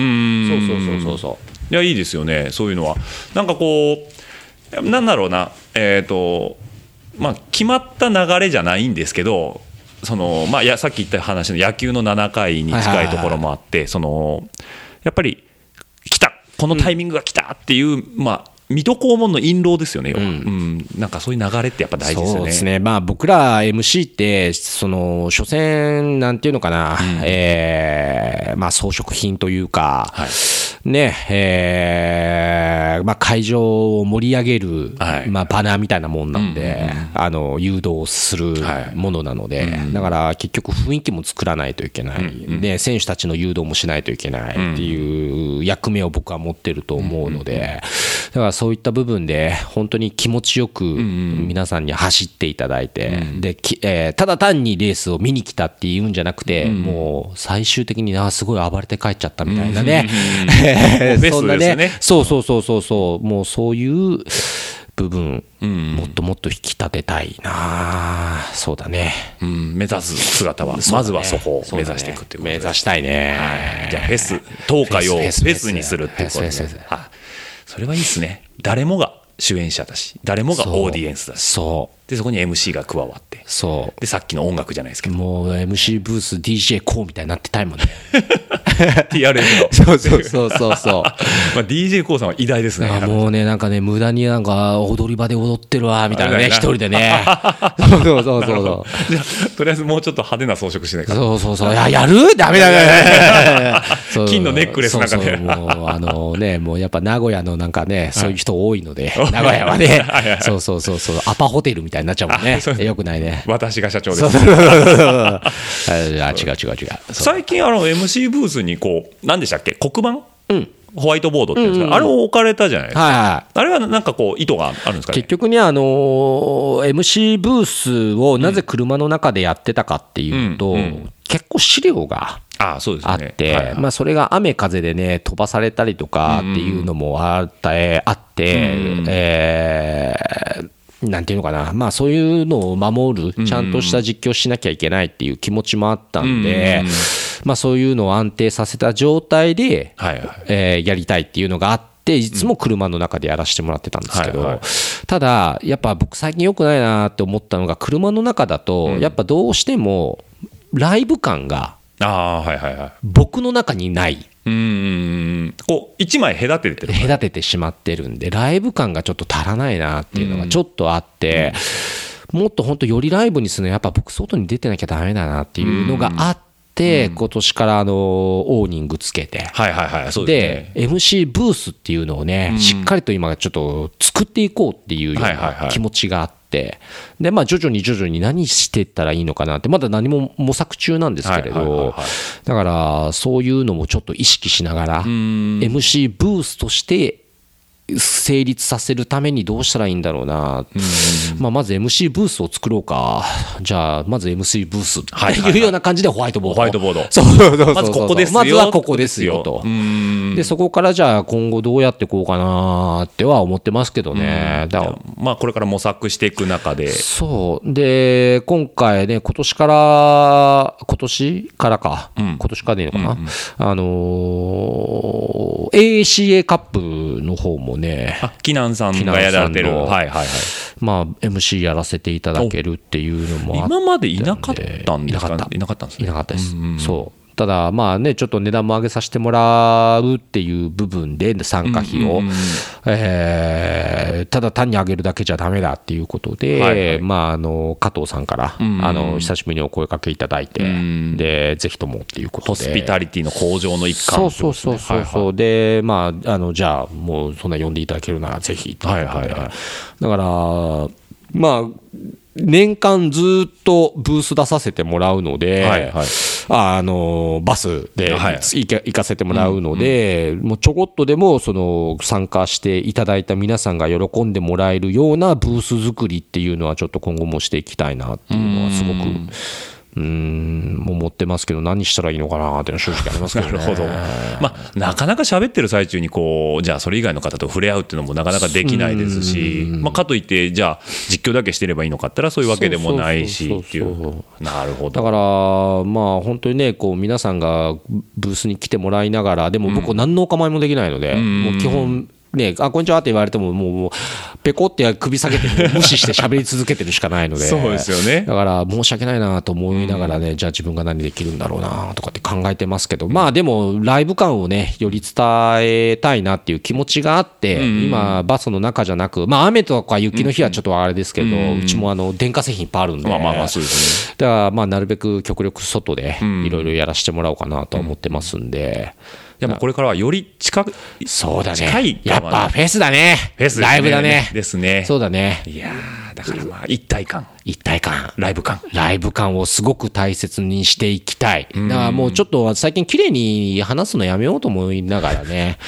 Speaker 3: そうそうそうそう。
Speaker 2: いやいいですよねそういうのはなんかこうなんだろうなえっ、とまあ決まった流れじゃないんですけどそのまあいやさっき言った話の野球の7回に近いところもあってそのやっぱり来たこのタイミングが来たっていう、まあ水戸黄門の印籠ですよね、要はうんなんかそういう流れってやっぱ大事です
Speaker 3: そ
Speaker 2: よ
Speaker 3: う
Speaker 2: ね。
Speaker 3: ですね、まあ、僕ら MC って、その所詮、なんていうのかな、えーまあ、装飾品というか、ねえーまあ、会場を盛り上げる、
Speaker 2: はい
Speaker 3: まあ、バナーみたいなもんなんで、あの誘導する
Speaker 2: はい
Speaker 3: ものなので、だから結局、雰囲気も作らないといけない、で、選手たちの誘導もしないといけないっていう役目を僕は持ってると思うので、だからそういった部分で、本当に気持ちよく皆さんに走っていただいて、できえーただ単にレースを見に来たっていうんじゃなくて、もう最終的に、あーすごい暴れて帰っちゃったみたいなね、 [LAUGHS]
Speaker 2: うんベス
Speaker 3: そんな
Speaker 2: トですね
Speaker 3: ね、そうそうそうそうそう、もうそういう部分、もっともっと引き立てたいな、そうだね。
Speaker 2: うん、目指す姿は、まずはそこを目指していくっていうこと
Speaker 3: 目
Speaker 2: で
Speaker 3: 指したいね、
Speaker 2: じゃあフェス東海を
Speaker 3: フ
Speaker 2: フ
Speaker 3: ェ
Speaker 2: ェ
Speaker 3: スフェス
Speaker 2: スにするっていうことで
Speaker 3: フェスフェスフェス
Speaker 2: はいそれはいいですね誰もが主演者だし誰もが
Speaker 3: そう
Speaker 2: オーディエンスだし
Speaker 3: そ
Speaker 2: でそこに MC が加わって
Speaker 3: うそ
Speaker 2: でさっきの音楽じゃないですけ
Speaker 3: う [LAUGHS]
Speaker 2: ど
Speaker 3: もう MC ブース DJ こうみたいになってたいもんね
Speaker 2: TRF の
Speaker 3: そうそうそうそうそう
Speaker 2: [LAUGHS] まあ d j k o さんは偉大ですね
Speaker 3: あもうねなんかね無駄になんか踊り場で踊ってるわみたいなね
Speaker 2: あ
Speaker 3: 一
Speaker 2: な
Speaker 3: 人でね [LAUGHS] そうそうそうそうそう
Speaker 2: じゃあとりあえずもうちょっと派手な装飾しないから
Speaker 3: そうそうそう。いや、やるダメだね。そう
Speaker 2: 金のネックレスなんかね
Speaker 3: そうそうもう、あの [LAUGHS] ね、もうやっぱ名古屋のなんかね、そういう人多いので、 [LAUGHS] 名古屋はね、そうそうそうそう、アパホテルみたいになっちゃうもんね。よくない [LAUGHS] ね。
Speaker 2: 私が社長です
Speaker 3: そうそうそうそうあ違う違う違う違う。そう
Speaker 2: 最近あの MC ブースにこう何でしたっけ黒板、ホワイトボードっていうんですか、あれを置かれたじゃないですか、
Speaker 3: はいはい。
Speaker 2: あれはなんかこう意図があるんですかね
Speaker 3: 結局ね、あのー MC ブースをなぜ車の中でやってたかっていうと、
Speaker 2: うんう
Speaker 3: 結構資料が
Speaker 2: ああそうですね
Speaker 3: あって、
Speaker 2: はいはい
Speaker 3: まあ、それが雨風でね、飛ばされたりとかっていうのもあった、えーあって、えーなんていうのかな、まあ、そういうのを守る、ちゃんとした実況しなきゃいけないっていう気持ちもあったんで、まあ、そういうのを安定させた状態で、
Speaker 2: はいはい
Speaker 3: えーやりたいっていうのがあって、いつも車の中でやらせてもらってたんですけど、
Speaker 2: はいはい
Speaker 3: ただ、やっぱ僕、最近良くないなって思ったのが、車の中だと、やっぱどうしても、ライブ感が
Speaker 2: ああはいはいはい
Speaker 3: 僕の中にない、
Speaker 2: うーんこう一枚隔ててる
Speaker 3: 隔ててしまってるんで、ライブ感がちょっと足らないなっていうのがちょっとあって、もっと本当、よりライブにするのは、やっぱ僕、外に出てなきゃダメだなっていうのがあって、今年からあのオーニングつけて。
Speaker 2: はいはいはいそう
Speaker 3: で
Speaker 2: で、
Speaker 3: MC ブースっていうのをね、しっかりと今、ちょっと作っていこうっていうよう
Speaker 2: はいはいは
Speaker 3: ない気持ちがあって、で、まあ、徐々に徐々に何していったらいいのかなって、まだ何も模索中なんですけ
Speaker 2: はい
Speaker 3: れ
Speaker 2: はいはい
Speaker 3: ど
Speaker 2: は、
Speaker 3: だから、そういうのもちょっと意識しながら、MC ブースとして、成立させるためにどうしたらいいんだろうな、まあ、まず MC ブースを作ろうかじゃあまず MC ブースっていうような感じでホワイトボード
Speaker 2: ホワイトボード
Speaker 3: そうそうそうそう
Speaker 2: まずここですよ
Speaker 3: まずはここですよと
Speaker 2: うーん
Speaker 3: でそこからじゃあ今後どうやってこうかなっては思ってますけどねだから
Speaker 2: まあこれから模索していく中で
Speaker 3: そう。で、今回ね、今年から、今年からか。今年からでいいのかな。あのー ACA カップの方もね、
Speaker 2: あ紀南さんがやられて
Speaker 3: 紀南さん
Speaker 2: る
Speaker 3: の
Speaker 2: はいはいはい
Speaker 3: まあ、MC やらせていただけるっていうのもあって
Speaker 2: 今までいなかったんですか
Speaker 3: い
Speaker 2: ね
Speaker 3: なかった
Speaker 2: いなかったんです
Speaker 3: い
Speaker 2: ね
Speaker 3: なかったです。そう。ただ、まあね、ちょっと値段も上げさせてもらうっていう部分で、参加費を、えーただ単に上げるだけじゃだめだっていうことで、
Speaker 2: はいはい
Speaker 3: まあ、あの加藤さんから、あの久しぶりにお声かけいただいて、でぜひともっていうことで。
Speaker 2: ホスピタリティの向上の一環
Speaker 3: そうそうそうそう、でまああのじゃあもうそんな呼んでいただけるならぜひ
Speaker 2: はいはいはい
Speaker 3: だからまあ年間ずっとブース出させてもらうので、
Speaker 2: はいはい
Speaker 3: あのバスで
Speaker 2: はい
Speaker 3: 行け行かせてもらうので、もうちょこっとでもその参加していただいた皆さんが喜んでもらえるようなブース作りっていうのはちょっと今後もしていきたいなっていうのはすごくうーん思ってますけど何したらいいのかなっていうのは正直ありますけど、
Speaker 2: な
Speaker 3: ね、
Speaker 2: るほど、まあ、なかなか喋ってる最中にこうじゃあそれ以外の方と触れ合うっていうのもなかなかできないですし、まあ、かといってじゃあ実況だけしてればいいのかって言ったらそういうわけでもないし
Speaker 3: そう
Speaker 2: っ
Speaker 3: そ
Speaker 2: て
Speaker 3: う
Speaker 2: い
Speaker 3: そうそう
Speaker 2: うなるほ
Speaker 3: だ
Speaker 2: ど
Speaker 3: から、まあ、本当にね、こう皆さんがブースに来てもらいながら、でも僕、何のお構いもできないので、もう基本、ね、あこんにちはって言われても、もうもう、ペコって首下げて、無視して喋り続けてるしかないので、
Speaker 2: そうですよね
Speaker 3: だから、申し訳ないなと思いながらね、じゃあ自分が何できるんだろうなとかって考えてますけど、まあ、でも、ライブ感をね、より伝えたいなっていう気持ちがあって、今、バスの中じゃなく、まあ、雨とか雪の日はちょっとあれですけど、うちもあの電化製品いっぱいあるんで、
Speaker 2: まあまあまあそうですね
Speaker 3: だからまあなるべく極力外でいろいろやらせてもらおうかなとは思ってますんで、
Speaker 2: でもこれからはより近く
Speaker 3: そうだね
Speaker 2: 近い
Speaker 3: やっぱフェスだね
Speaker 2: フェスですね
Speaker 3: ライブだね
Speaker 2: ですね
Speaker 3: そうだね
Speaker 2: いやーだからまあ一体感
Speaker 3: 一体感
Speaker 2: ライブ感
Speaker 3: ライブ感をすごく大切にしていきたいだからもうちょっと最近綺麗に話すのやめようと思いながらね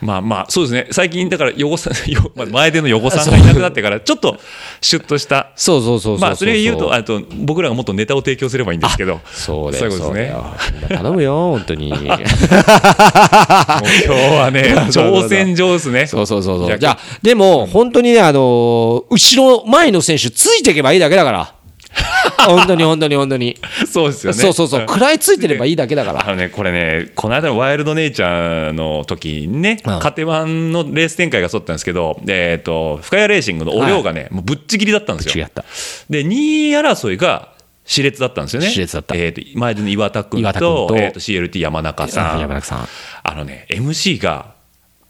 Speaker 2: まあまあそうですね最近だから横さ [LAUGHS] んよまあ前での横さんがいなくなってからちょっとシュッとした
Speaker 3: そうそうそうそう
Speaker 2: まあそれ言うとあと僕らがもっとネタを提供すればいいんですけど
Speaker 3: そうだ
Speaker 2: そう
Speaker 3: よ
Speaker 2: いうことですね
Speaker 3: そうだよ頼むよ本
Speaker 2: [LAUGHS]
Speaker 3: 当に
Speaker 2: もう [LAUGHS] 今日はね挑戦状ですね
Speaker 3: そうそうそう
Speaker 2: い
Speaker 3: そ
Speaker 2: や
Speaker 3: う。じゃあ、でも、本当にね、あのー後ろ、前の選手、ついていけばいいだけ
Speaker 2: [LAUGHS]
Speaker 3: だから。本当に、本当に、本当に。
Speaker 2: そうですよね
Speaker 3: そうそうそう。
Speaker 2: ん
Speaker 3: 食らいついてればいいだけだから。
Speaker 2: あのね、これね、この間のワイルドネイチャーの時にね、
Speaker 3: うん
Speaker 2: カテワンのレース展開がそうだったんですけど、えっ、と、深谷レーシングのお量がね、もうぶっちぎりだったんです
Speaker 3: 違
Speaker 2: よ
Speaker 3: っ。た。
Speaker 2: で、2位争いが、熾烈だったんですよね。
Speaker 3: 熾烈だった
Speaker 2: えっ、と、前の岩田君
Speaker 3: 岩田君
Speaker 2: と、
Speaker 3: と
Speaker 2: えっ、と、CLT 山中さん。
Speaker 3: 山中さん。
Speaker 2: あのね、MC が、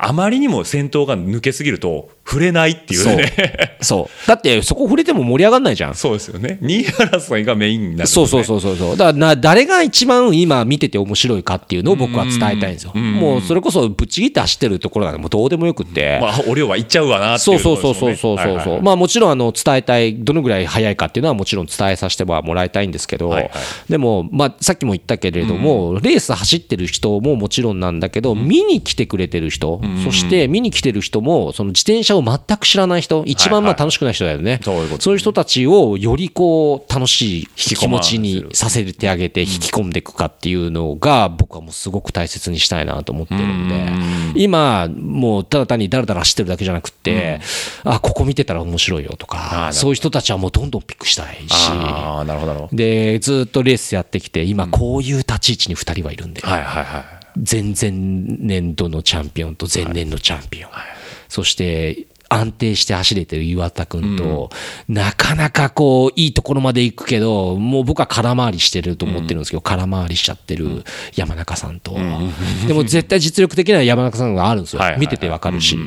Speaker 2: あまりにも先頭が抜けすぎると、触れないっていうね。
Speaker 3: そう。だって、そこ触れても盛り上がんないじゃん。
Speaker 2: そうですよ [LAUGHS] ね。2位争いがメインになるんです
Speaker 3: そ
Speaker 2: ね、
Speaker 3: うそうそうそうそう。だからな、誰が一番今見てて面白いかっていうのを僕は伝えたいんですよ。もう、それこそぶっちぎって走ってるところなんてもうどうでもよくって。
Speaker 2: まあ、お量は行っちゃうわなってい
Speaker 3: そうう
Speaker 2: とこ
Speaker 3: そう
Speaker 2: ろです
Speaker 3: そ
Speaker 2: も
Speaker 3: うん
Speaker 2: ね。
Speaker 3: そうそうそう
Speaker 2: はい
Speaker 3: そ
Speaker 2: は
Speaker 3: う。
Speaker 2: い
Speaker 3: まあもちろんあの伝えたいどのぐらい早いかっていうのはもちろん伝えさせてはもらいたいんですけど、
Speaker 2: はいはい
Speaker 3: でもまあさっきも言ったけれども、レース走ってる人ももちろんなんだけど、見に来てくれてる人、そして見に来てる人もその自転車を全く知らない人、一番まあ楽しくない人だよね。
Speaker 2: そういうこと
Speaker 3: そういう人たちをよりこう楽しい
Speaker 2: き
Speaker 3: 気
Speaker 2: 込ま
Speaker 3: 持
Speaker 2: せ
Speaker 3: ち
Speaker 2: る
Speaker 3: にさせてあげて引き込んでいくかっていうのが僕はもうすごく大切にしたいなと思ってるんで今もうただ単にだらだら走ってるだけじゃなくってあここ見てたら面白いよとか
Speaker 2: あー
Speaker 3: そういう人たちはもうどんどんピックしたいし
Speaker 2: ああ、なるほどなるほ
Speaker 3: でずっとレースやってきて今こういう立ち位置に2人はいるんで
Speaker 2: ど。はいはいはい。
Speaker 3: 前々年度のチャンピオンと前年のチャンピオン、そして安定して走れてる岩田君と、なかなかこういいところまで行くけどもう僕は空回りしてると思ってるんですけど、空回りしちゃってる山中さんと、でも絶対実力的には山中さんがあるんですよ、
Speaker 2: はいはいはい
Speaker 3: 見ててわかるし、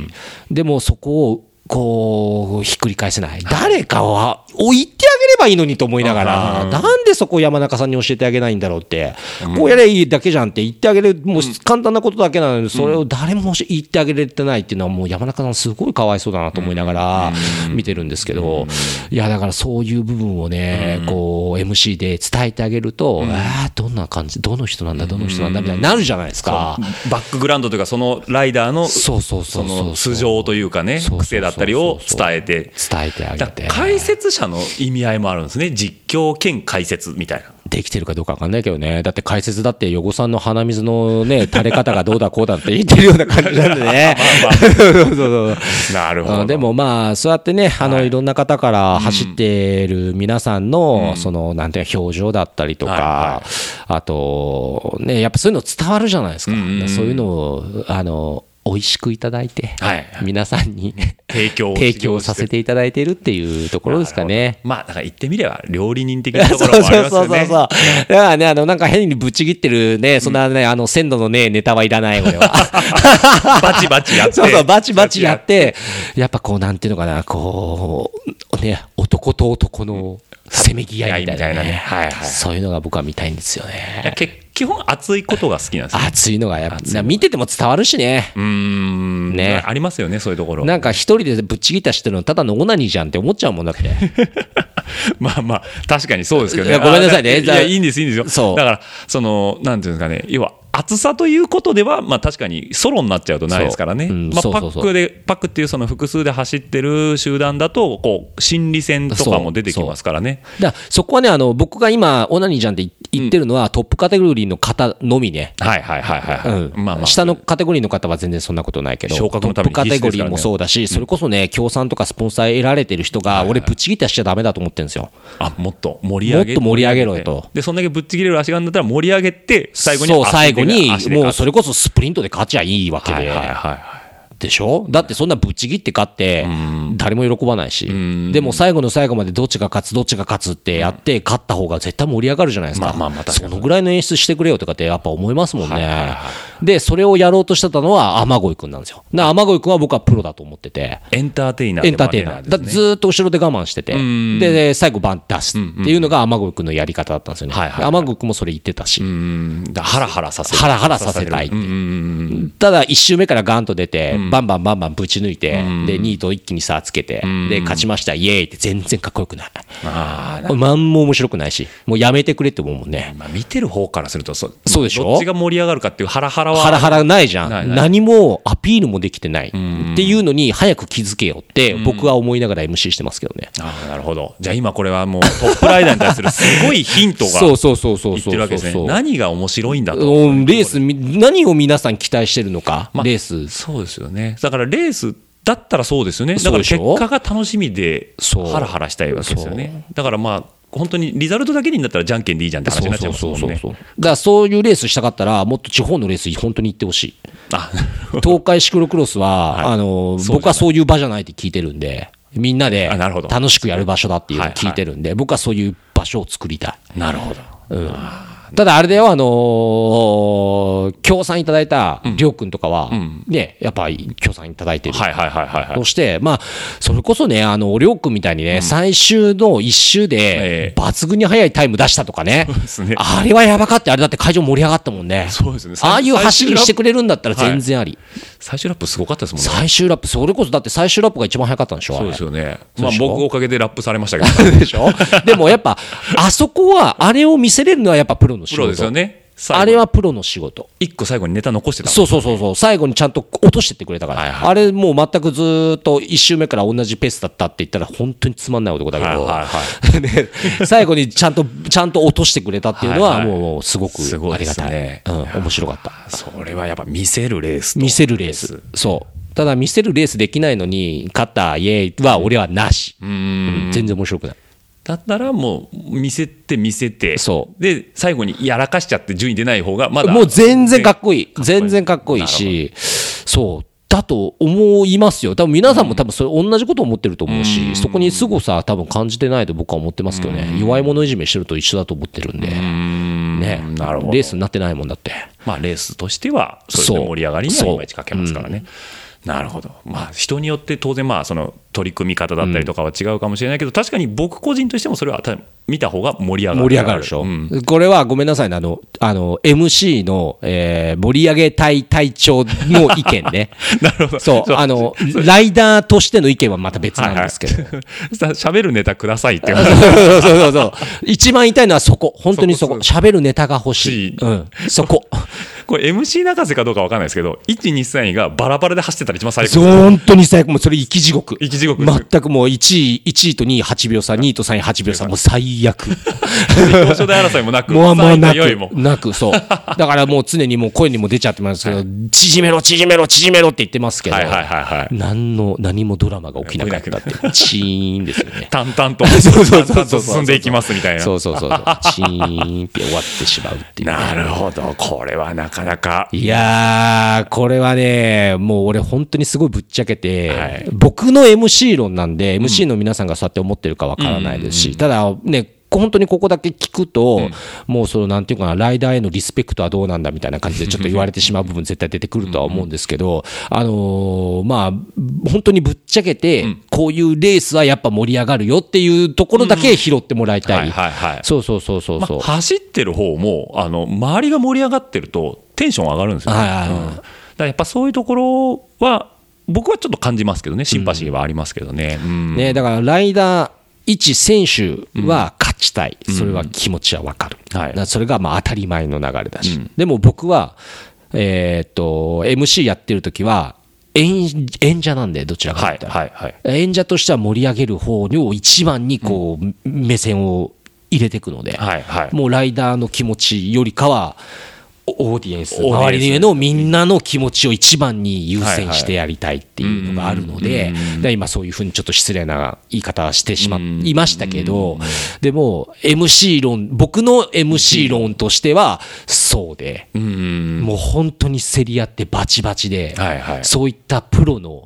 Speaker 3: でもそこをこうひっくり返せない、誰かを置いてあげればいいのにと思いなが
Speaker 2: あー
Speaker 3: ら、なんでそこを山中さんに教えてあげないんだろうって、こうやればいいだけじゃんって言ってあげれる、もう簡単なことだけなのに、それを誰も教え言ってあげれてないっていうのは、もう山中さん、すごいかわいそうだなと思いながら見てるんですけど、いや、だからそういう部分をね、こう、MC で伝えてあげると、ああ、どんな感じ、どの人なんだ、どの人なんだみたいになるじゃないですか。
Speaker 2: バックグラウンドというかそのライダーの
Speaker 3: そうそうそうそう
Speaker 2: その素性というかね
Speaker 3: そうそうそう
Speaker 2: 癖だったりを伝えて
Speaker 3: 伝えてあげ
Speaker 2: だか
Speaker 3: て
Speaker 2: ら。解説者の意味合いもあるんですね実況兼解説みた
Speaker 3: [LAUGHS]
Speaker 2: いな
Speaker 3: できてるかどうかわかんないけどね。だって解説だって、ヨゴさんの鼻水のね、垂れ方がどうだこうだって言ってるような感じなんでね。そうそうそう。
Speaker 2: なるほ
Speaker 3: う
Speaker 2: ど
Speaker 3: んでもまあ、そうやってね、あの、いろんな方から走ってる皆さんの、その、なんていうの表情だったりと
Speaker 2: は
Speaker 3: か、あと、ね、やっぱそういうの伝わるじゃないですか。そういうのを、あの、美味しくいただいて
Speaker 2: はい、
Speaker 3: 皆さんに
Speaker 2: 提供を
Speaker 3: 提供させていただいているっていうところですかね。
Speaker 2: まあだから言ってみれば料理人的なとこ
Speaker 3: そう
Speaker 2: ろもありま
Speaker 3: [LAUGHS] そう
Speaker 2: す
Speaker 3: そうそ
Speaker 2: よ
Speaker 3: うそう。だ
Speaker 2: ね
Speaker 3: からね、あの、なんか変にぶっちぎってるね、そんなね、あの、鮮度のね、ネタはいらない、俺は。
Speaker 2: バチバチやって
Speaker 3: [LAUGHS] そうそう、バチバチやって、やっぱこう、なんていうのかな、こう、ね、男と男のせめぎ合いみたいな,、ね
Speaker 2: みたいなねはいはい
Speaker 3: そういうのが僕は見たいんですよ
Speaker 2: いや
Speaker 3: ね。
Speaker 2: け基本熱いことが好きなんですよ
Speaker 3: 熱いのがやっぱ、見てても伝わるしね。
Speaker 2: うーん
Speaker 3: ね
Speaker 2: ありますよねそういうところ
Speaker 3: なんか一人でぶっちぎったしてるのただのオナニーじゃんって思っちゃうもんだって。
Speaker 2: [LAUGHS] まあまあ、確かにそうですけど
Speaker 3: い
Speaker 2: ね。
Speaker 3: やごめんなさいね
Speaker 2: あいや、いいんです、いいんですよ。
Speaker 3: そう
Speaker 2: だから、その、なんていうんですかね、要は、厚さということでは、まあ確かにソロになっちゃうとないですからね。
Speaker 3: そううん
Speaker 2: まあ
Speaker 3: そう
Speaker 2: パ
Speaker 3: そうそう
Speaker 2: ックで、パックっていうその複数で走ってる集団だと、こう、心理戦とかも出てきますからね。
Speaker 3: だからそこはね、あの、僕が今、オナニーじゃんって言言ってるのは、トップカテゴリーの方のみね。
Speaker 2: はいはいはいはい。はい
Speaker 3: うん
Speaker 2: まあまあ。
Speaker 3: 下のカテゴリーの方は全然そんなことないけど、
Speaker 2: 昇格のために
Speaker 3: トップカテゴ
Speaker 2: 必死
Speaker 3: リ
Speaker 2: ですから
Speaker 3: ー
Speaker 2: ね
Speaker 3: もそうだし、それこそね、協賛とかスポンサー得られてる人が、俺、ぶっちぎったしちゃだめだと思ってるんですよ。
Speaker 2: あ、もっと盛り上げ
Speaker 3: もっと盛り上げろよと
Speaker 2: で、そんだけぶっちぎれる足があるんだったら盛り上げて、最後に
Speaker 3: そう、
Speaker 2: 足
Speaker 3: 最後に
Speaker 2: で足、で
Speaker 3: もう
Speaker 2: 勝つ
Speaker 3: それこそスプリントで勝ちゃいいわけ
Speaker 2: はい
Speaker 3: で
Speaker 2: はい。はいはい。
Speaker 3: でしょだってそんなぶっちぎって勝って、誰も喜ばないし、でも最後の最後までどっちが勝つ、どっちが勝つってやって、勝った方が絶対盛り上がるじゃないですか、
Speaker 2: まあまあまあ確か
Speaker 3: そ
Speaker 2: に
Speaker 3: のぐらいの演出してくれよとかってやっぱ思いますもん
Speaker 2: はいはい
Speaker 3: ね。で、それをやろうとしてたのは雨乞いくんなんですよ。な雨乞いくんは僕はプロだと思ってて。
Speaker 2: エンターテイナーで
Speaker 3: エン
Speaker 2: も
Speaker 3: ター
Speaker 2: あ
Speaker 3: テイ
Speaker 2: り
Speaker 3: ナ
Speaker 2: なん
Speaker 3: ー。
Speaker 2: です
Speaker 3: だ
Speaker 2: ね。
Speaker 3: ずーっと後ろで我慢してて、でで、最後バン出すっていうのが天狗くんのやり方だったんですよね。
Speaker 2: はいはいはい
Speaker 3: 天狗くんもそれ言ってたし、
Speaker 2: うん。だハラハラさせる。
Speaker 3: ハラハラさせたいって。
Speaker 2: うんうんうんうん。
Speaker 3: ただ、一周目からガンと出て、バンバンバンバンぶち抜いて、で、2位と一気に差つけて、で、勝ちました、イエーイって全然かっこよくない。
Speaker 2: あー
Speaker 3: これ、何も面白くないし、もうやめてくれって思うもんね。
Speaker 2: まあ、見てる方からするとそ
Speaker 3: そうでしょ
Speaker 2: どっちが盛り上がるかっていうハラハラは
Speaker 3: ハラハラないじゃ
Speaker 2: ない
Speaker 3: ん。
Speaker 2: ない
Speaker 3: 何もアピールもできてない。っていうのに、早く気づけよって、僕は思いながら MC してますけどね。
Speaker 2: ああなるほどじゃあ今これはもうトップライダーに対するすごいヒントが
Speaker 3: [LAUGHS] そうそうそうそう
Speaker 2: 言っ
Speaker 3: そう
Speaker 2: てる
Speaker 3: そう
Speaker 2: わけですね何が面白いんだと、
Speaker 3: うんレースみ、何を皆さん期待してるのか、
Speaker 2: まあ
Speaker 3: レース。
Speaker 2: そうですよねだからレースだったらそうですよねだ
Speaker 3: そ
Speaker 2: か
Speaker 3: う
Speaker 2: ら
Speaker 3: でし
Speaker 2: 結
Speaker 3: ょ
Speaker 2: 果が楽しみで
Speaker 3: そう
Speaker 2: ハラハラしたいわけですよねだからまあ本当にリザルトだけになったらじゃんけんでいいじゃんって話になっちゃいますもんね
Speaker 3: う。だからそういうレースしたかったら、もっと地方のレース、本当に行ってほし [LAUGHS] い。
Speaker 2: あ [LAUGHS]
Speaker 3: 東海シクロクロスは、
Speaker 2: はい
Speaker 3: あ
Speaker 2: そう
Speaker 3: の
Speaker 2: じゃない
Speaker 3: 僕はそういう場じゃないって聞いてるんで、みんなで
Speaker 2: あなるほど
Speaker 3: 楽しくやる場所だっていうのを聞いてるんで、僕はそういう場所を作りたい。
Speaker 2: なるほど
Speaker 3: ただあれだよ、あのー協賛いただいたりょうくんとかは、ね、やっぱり協賛いただいてる。
Speaker 2: はいはいはいはいはい
Speaker 3: そして、まあ、それこそね、あの、りょうくんみたいにね、最終の一周で
Speaker 2: え、え
Speaker 3: 抜群に速いタイム出したとか
Speaker 2: [LAUGHS]
Speaker 3: ね。
Speaker 2: ですね
Speaker 3: あれはやばかって、あれだって会場盛り上がったもんね。
Speaker 2: そうですね
Speaker 3: ああいう走りしてくれるんだったら
Speaker 2: 最終ラッ
Speaker 3: 全
Speaker 2: プ
Speaker 3: 然あり。
Speaker 2: 最終ラップすごかったですもんね
Speaker 3: 最終ラップ、それこそだって最終ラップが一番早かったんでしょ
Speaker 2: そうです
Speaker 3: よ。
Speaker 2: よね
Speaker 3: そう
Speaker 2: まあ
Speaker 3: でしょ
Speaker 2: 僕おかげでラップされましたけど
Speaker 3: でしょでもやっぱ、あそこは、あれを見せれるのはやっぱプロの仕
Speaker 2: プ
Speaker 3: 事。
Speaker 2: ロですよね最後
Speaker 3: あれはプロの仕事。
Speaker 2: 一個最後にネタ残してたもん
Speaker 3: そうそうそうそう、最後にちゃんと落としてってくれたから、
Speaker 2: はいはい
Speaker 3: あれもう全くずーっと1周目から同じペースだったって言ったら、本当につまんない男だけど、
Speaker 2: はいはいは
Speaker 3: [LAUGHS] ね最後にちゃんとちゃんと落としてくれたっていうのは、
Speaker 2: はいはい
Speaker 3: もうすごく
Speaker 2: すご
Speaker 3: あ
Speaker 2: いで
Speaker 3: りが
Speaker 2: す
Speaker 3: たい、
Speaker 2: ね
Speaker 3: うん、面白かった。
Speaker 2: それはやっぱ見せるレースと
Speaker 3: 見せるレース、そう、ただ見せるレースできないのに、勝った、イエーイは俺はなし、うん全然面白くない。
Speaker 2: だったらもう見せて見せて
Speaker 3: そう
Speaker 2: で最後にやらかしちゃって順位出ない方がまだ
Speaker 3: もう全然かっ
Speaker 2: ね
Speaker 3: こいい。全然かっこいいし、そう。だと思いますよ。多分皆さんも多分それ同じこと思ってると思うし、そこに凄さは多分感じてないと僕は思ってますけどね。弱い者いじめしてると一緒だと思ってるんで。ね。
Speaker 2: なるほど
Speaker 3: レースになってないもんだって。
Speaker 2: まあレースとしてはそういう
Speaker 3: そう
Speaker 2: 盛り上がりにはいまいちかけますからねなるほど、まあ、人によって当然、まあ、その取り組み方だったりとかは違うかもしれないけど、確かに僕個人としてもそれは多分見た方が盛り上がる
Speaker 3: 盛り上がるでしょ、
Speaker 2: うん
Speaker 3: これはごめんなさいね、あの、あの、MC の、えー盛り上げ隊隊長の意見 [LAUGHS] ね。
Speaker 2: なる [LAUGHS] ほど
Speaker 3: そう、あの、ライダーとしての意見はまた別なんですけど。
Speaker 2: さしゃべるネタください
Speaker 3: [LAUGHS]
Speaker 2: っていう
Speaker 3: そうそうそうそう。一番痛いのはそこ。本当にそこ。
Speaker 2: そ
Speaker 3: 喋るネタが欲しい。
Speaker 2: 欲
Speaker 3: うん。そ [LAUGHS] こ。
Speaker 2: これ MC 泣かせかどうかわかんないですけど123がバラバラで走ってたら一番最
Speaker 3: そう
Speaker 2: 高
Speaker 3: 本当に最悪。もうそれ生き地獄。
Speaker 2: 生き地獄です
Speaker 3: 全くもう1位、1位と2位8秒差、2位と3位8秒差。もう最 [LAUGHS] 悪。
Speaker 2: 表彰台争いもなく
Speaker 3: もう、もうな
Speaker 2: 3位の4位も
Speaker 3: く、な
Speaker 2: [LAUGHS]
Speaker 3: く、そう。だからもう常にもう声にも出ちゃってますけど、縮めろ、縮めろ、縮めろって言ってますけど
Speaker 2: はい、はいはい
Speaker 3: [LAUGHS]
Speaker 2: はい
Speaker 3: 何の、何もドラマが起きなかったって、チーンですよね。
Speaker 2: 淡々と
Speaker 3: そうそうそうそ
Speaker 2: 淡々と
Speaker 3: う
Speaker 2: 進んでいきますみたいな
Speaker 3: そうそうそ
Speaker 2: [LAUGHS]
Speaker 3: うそう。チーンって終わってしまうっていう。
Speaker 2: なるほどこれはなかなか
Speaker 3: いやー、これはね、もう俺本当にすごいぶっちゃけて、
Speaker 2: はい
Speaker 3: 僕の MC 論なんで、MC の皆さんがそうやって思ってるかわからないですし、ただね、本当にここだけ聞くと、もうそのなんていうかな、ライダーへのリスペクトはどうなんだみたいな [LAUGHS] 感じでちょっと言われてしまう部分絶対出てくるとは思うんですけど、あのーまあ、本当にぶっちゃけて、こういうレースはやっぱ盛り上がるよっていうところだけ拾ってもらいた
Speaker 2: はい
Speaker 3: い。
Speaker 2: はいはい
Speaker 3: そうそうそうそう
Speaker 2: ま
Speaker 3: そう
Speaker 2: あ、。走ってる方もあの周りが盛り上がってるとテンション上がるんですよね、
Speaker 3: はいはいはい
Speaker 2: うんだからやっぱそういうところは僕はちょっと感じますけどねシンパシーはありますけどね、うん
Speaker 3: ね、だからライダー一選手は勝ちたい、それは気持ちは分かる、
Speaker 2: はい
Speaker 3: だからそれがまあ当たり前の流れだし、でも僕は、えーっと MC やってる時は演演者なんでどちらか
Speaker 2: は
Speaker 3: とい
Speaker 2: いう
Speaker 3: と
Speaker 2: はいはい
Speaker 3: 演者としては盛り上げる方を一番にこう、目線を入れていくので、
Speaker 2: はいはい
Speaker 3: もうライダーの気持ちよりかはおオーディエンス
Speaker 2: オーディエンス
Speaker 3: 周りへのみんなの気持ちを一番に優先してやりたいっていうのがあるのでだから今そういうふうにちょっと失礼な言い方はしてしまいましたけどでも MC 論僕の MC 論としてはそうで
Speaker 2: うん
Speaker 3: もう本当に競り合ってバチバチで
Speaker 2: はいはい
Speaker 3: そういったプロの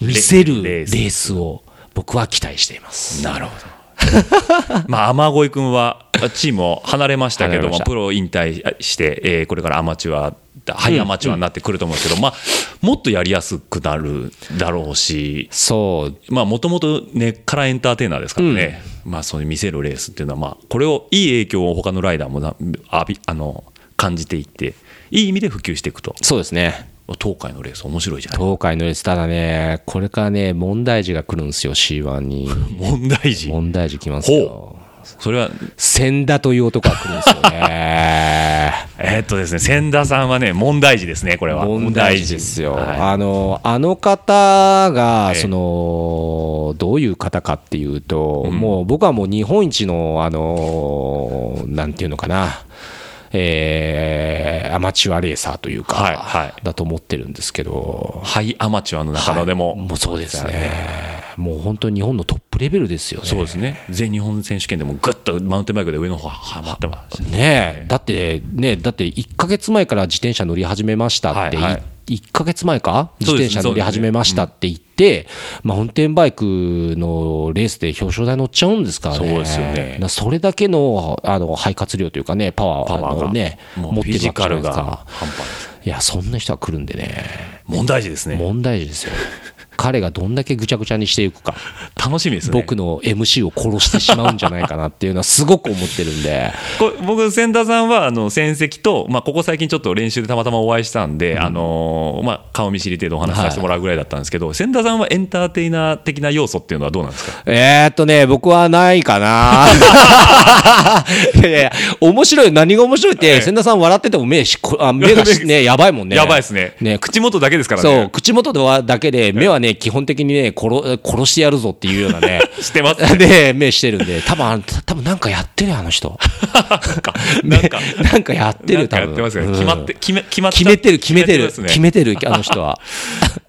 Speaker 3: 見せる
Speaker 2: レ
Speaker 3: レ
Speaker 2: レース
Speaker 3: ースを僕は期待しています。
Speaker 2: なるほど。まあ、雨乞い君はチームを離れましたけ
Speaker 3: 離
Speaker 2: ど
Speaker 3: れま
Speaker 2: も、
Speaker 3: した
Speaker 2: プロを引退して、えーこれからアマチュアだ、ハイアマチュアになってくると思うんですけど、まあ、もっとやりやすくなるだろうし、
Speaker 3: そう
Speaker 2: まあ、もともと根っからエンターテイナーですからね、まあ、そういう見せるレースっていうのは、まあ、これをいい影響を他のライダーもなあびあの感じていって、いい意味で普及していくと、
Speaker 3: そうですね
Speaker 2: 東海のレース、面白いじゃない
Speaker 3: 東海のレース、ただね、これからね、問題児が来るんですよ、C1 に。
Speaker 2: 問題児、
Speaker 3: 問題児来ますよ。
Speaker 2: それは
Speaker 3: 千田という男が来るんですよね。
Speaker 2: えーっとですね、千田さんはね、問題児ですね、 [LAUGHS] これは。
Speaker 3: 問題児ですよ。
Speaker 2: はい
Speaker 3: あの、あの方が、
Speaker 2: ええ
Speaker 3: その、どういう方かっていうと、もう僕はもう日本一の、あの、なんていうのかな。えーアマチュアレーサーというか、
Speaker 2: はいは
Speaker 3: だと思ってるんですけど、
Speaker 2: ハイアマチュアの中野でも、
Speaker 3: もうそうですね。もう本当に日本のトップレベルですよね。
Speaker 2: そうですね、全日本選手権でもぐっとマウンテンバイクで上の方はまってましたね。
Speaker 3: ねえ、だって、ねえ、だって1ヶ月前から自転車乗り始めましたって、
Speaker 2: はいはい
Speaker 3: い1ヶ月前か自
Speaker 2: そうで
Speaker 3: 転
Speaker 2: す
Speaker 3: 車乗り始めましたって言って、マウンテンバイクのレースで表彰台乗っちゃうんですからね。
Speaker 2: そうですよね
Speaker 3: なそれだけの、あの、肺活量というかね、パワー
Speaker 2: パワー
Speaker 3: あの
Speaker 2: が、
Speaker 3: ね、
Speaker 2: もう
Speaker 3: 持
Speaker 2: フ
Speaker 3: って
Speaker 2: ィ
Speaker 3: る
Speaker 2: ジ
Speaker 3: わけ
Speaker 2: カ
Speaker 3: じゃない
Speaker 2: ル
Speaker 3: です
Speaker 2: が
Speaker 3: か。
Speaker 2: 半端ないです。
Speaker 3: いや、そんな人が来るんでね、
Speaker 2: 問題児ですね。
Speaker 3: 問題児ですよ。彼がどんだけぐちゃぐちゃにしていくか。
Speaker 2: 楽しみですね。
Speaker 3: 僕の MC を殺してしまうんじゃないかなっていうのはすごく思ってる
Speaker 2: [LAUGHS]
Speaker 3: んで。
Speaker 2: こ僕、千田さんはあの戦績と、まあ、ここ最近ちょっと練習でたまたまお会いしたんで、あのーまあ、顔見知り程度お話しさせてもらうぐらいだったんですけど、千田さんはエンターテイナー的な要素っていうのはどうなんですか
Speaker 3: えー、っとね、僕はない
Speaker 2: [LAUGHS]
Speaker 3: かな。いやいや、面白い、何が面白いって、千田さん笑ってても目しこあ目
Speaker 2: [LAUGHS]
Speaker 3: がしね、やばいもんね。
Speaker 2: やばいですね
Speaker 3: ね
Speaker 2: 口元だけですからね。
Speaker 3: そう、口元ではだけで、目はね、基本的にね、殺殺してやるぞっていうようなね。
Speaker 2: してます。
Speaker 3: [LAUGHS] で、目してるんで、多分あの多分なんかやってるよ、あの人。
Speaker 2: なん
Speaker 3: [LAUGHS]
Speaker 2: か、
Speaker 3: なんかやって
Speaker 2: な
Speaker 3: る、
Speaker 2: ん
Speaker 3: 多
Speaker 2: か
Speaker 3: 分
Speaker 2: やってますよね。
Speaker 3: う
Speaker 2: [LAUGHS]
Speaker 3: ん
Speaker 2: 決まって、決め、決まっ
Speaker 3: 決めてる、決めて
Speaker 2: 決まっ
Speaker 3: る、
Speaker 2: ます
Speaker 3: 決
Speaker 2: ね。
Speaker 3: めてる、あの人は。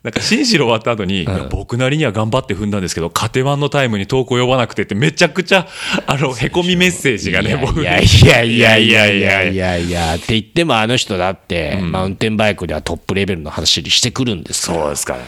Speaker 2: なんか、紳士終わった後に、いや僕なりには頑張って踏んだんですけど、カテワンのタイムに遠く及ばなくてって、めちゃくちゃ、あの、へこみメッセージがね、僕に
Speaker 3: いやいやいやいやいやいやいやって言ってもあの人だって、マウンテンバイクではトップレベルの走りしてくるんですから
Speaker 2: そうですか。も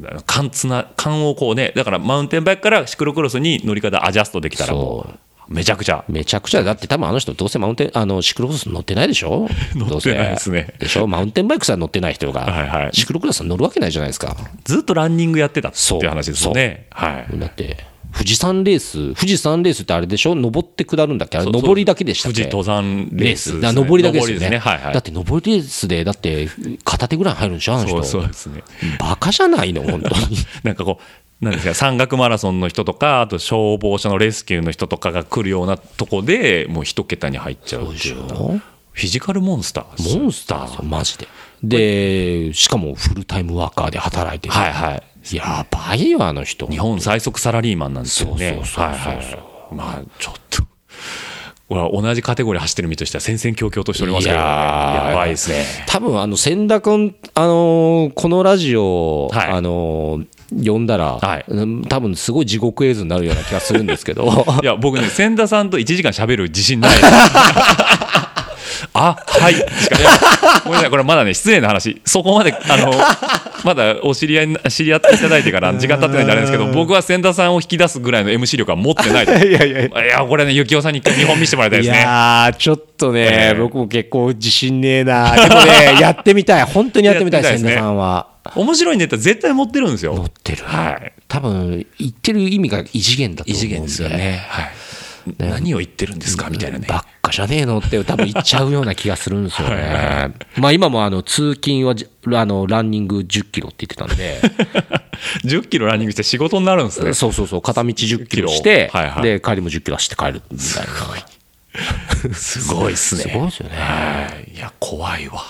Speaker 2: うあの貫つな、貫をこうね、だからマウンテンバイクからシクロクロスに乗り方アジャストできたらも、
Speaker 3: そう
Speaker 2: めちゃくちゃ
Speaker 3: めちゃくちゃだって多分あの人どうせマウンテンあのシクロクロス乗ってないでしょ
Speaker 2: 乗ってないですね
Speaker 3: どうせでしょマウンテンバイクさ乗ってない人が、
Speaker 2: はいはい
Speaker 3: シクロクロス乗るわけないじゃないですか
Speaker 2: ずっとランニングやってたって
Speaker 3: そう
Speaker 2: いう話ですもんねはい
Speaker 3: だって富士山レース富士山レースってあれでしょ登って下るんだっけあれ
Speaker 2: そう
Speaker 3: 登りだけでしたっ
Speaker 2: 富
Speaker 3: け
Speaker 2: 士登山レ
Speaker 3: レ
Speaker 2: ー
Speaker 3: ー
Speaker 2: ス
Speaker 3: ス
Speaker 2: ですね
Speaker 3: だから登りだけですよ
Speaker 2: 登
Speaker 3: ね
Speaker 2: はいはい
Speaker 3: だって登りレースでだって片手ぐらい入るんでしょあ
Speaker 2: そ
Speaker 3: の人
Speaker 2: うそうですね
Speaker 3: バカじゃないの本当に
Speaker 2: なんかこうなんですか山岳マラソンの人とかあと消防署のレスキューの人とかが来るようなとこでもう一桁に入っちゃうっていうような
Speaker 3: モ
Speaker 2: フィジカルモンスターです
Speaker 3: ンスターですよマジででしかもフルタイムワーカーで働いてる
Speaker 2: はいはい
Speaker 3: やばいよあの人
Speaker 2: 日本最速サラリーマンなんですよね
Speaker 3: そうそうそうそう
Speaker 2: はいはいまあちょっと俺は同じカテゴリー走ってる身としては戦々恐々としておりますけどね
Speaker 3: いやー
Speaker 2: やばいですね
Speaker 3: 多分あの千田君、あのーこのラジオ、
Speaker 2: はい
Speaker 3: あのー呼んだら、
Speaker 2: はい
Speaker 3: うん多分すごい地獄絵図になるような気がするんです [LAUGHS] けど
Speaker 2: いや僕ね千田さんと1時間喋る自信ないですあはいしかいやごめんなさいこれまだね失礼な話そこまであのまだお知り合いな知り合っていただいてから時間経ってないんであれですけど僕は千田さんを引き出すぐらいの MC 力は持ってないといやいやいやこれね幸男さんに一回見本見せてもらいたい
Speaker 3: い
Speaker 2: ですね
Speaker 3: やーちょっとね、
Speaker 2: ええ
Speaker 3: 僕も結構自信ねえ [LAUGHS] なでもねやってみたい本当にやってみたい
Speaker 2: やってみたいですね
Speaker 3: 千田さんは
Speaker 2: 面白いネタ絶対持ってるんですよ
Speaker 3: 持ってる
Speaker 2: はい
Speaker 3: 多分言ってる意味が異次元だと思うんで
Speaker 2: 異次元ですよねはい何を言ってるんですかみたいなね
Speaker 3: ばっかじゃねえのって多分言っちゃうような気がするんです
Speaker 2: [LAUGHS]
Speaker 3: よね。まあ今もあの通勤はじあのランニング10キロって言ってたんで、
Speaker 2: [LAUGHS] 10キロランニングして仕事になるんですね
Speaker 3: そうそうそう、片道10キロ
Speaker 2: 10
Speaker 3: して、
Speaker 2: はいはい
Speaker 3: で、帰りも10キロ走って帰るみたいな。
Speaker 2: すごいっすね
Speaker 3: すごいですよね
Speaker 2: はいいや怖いわ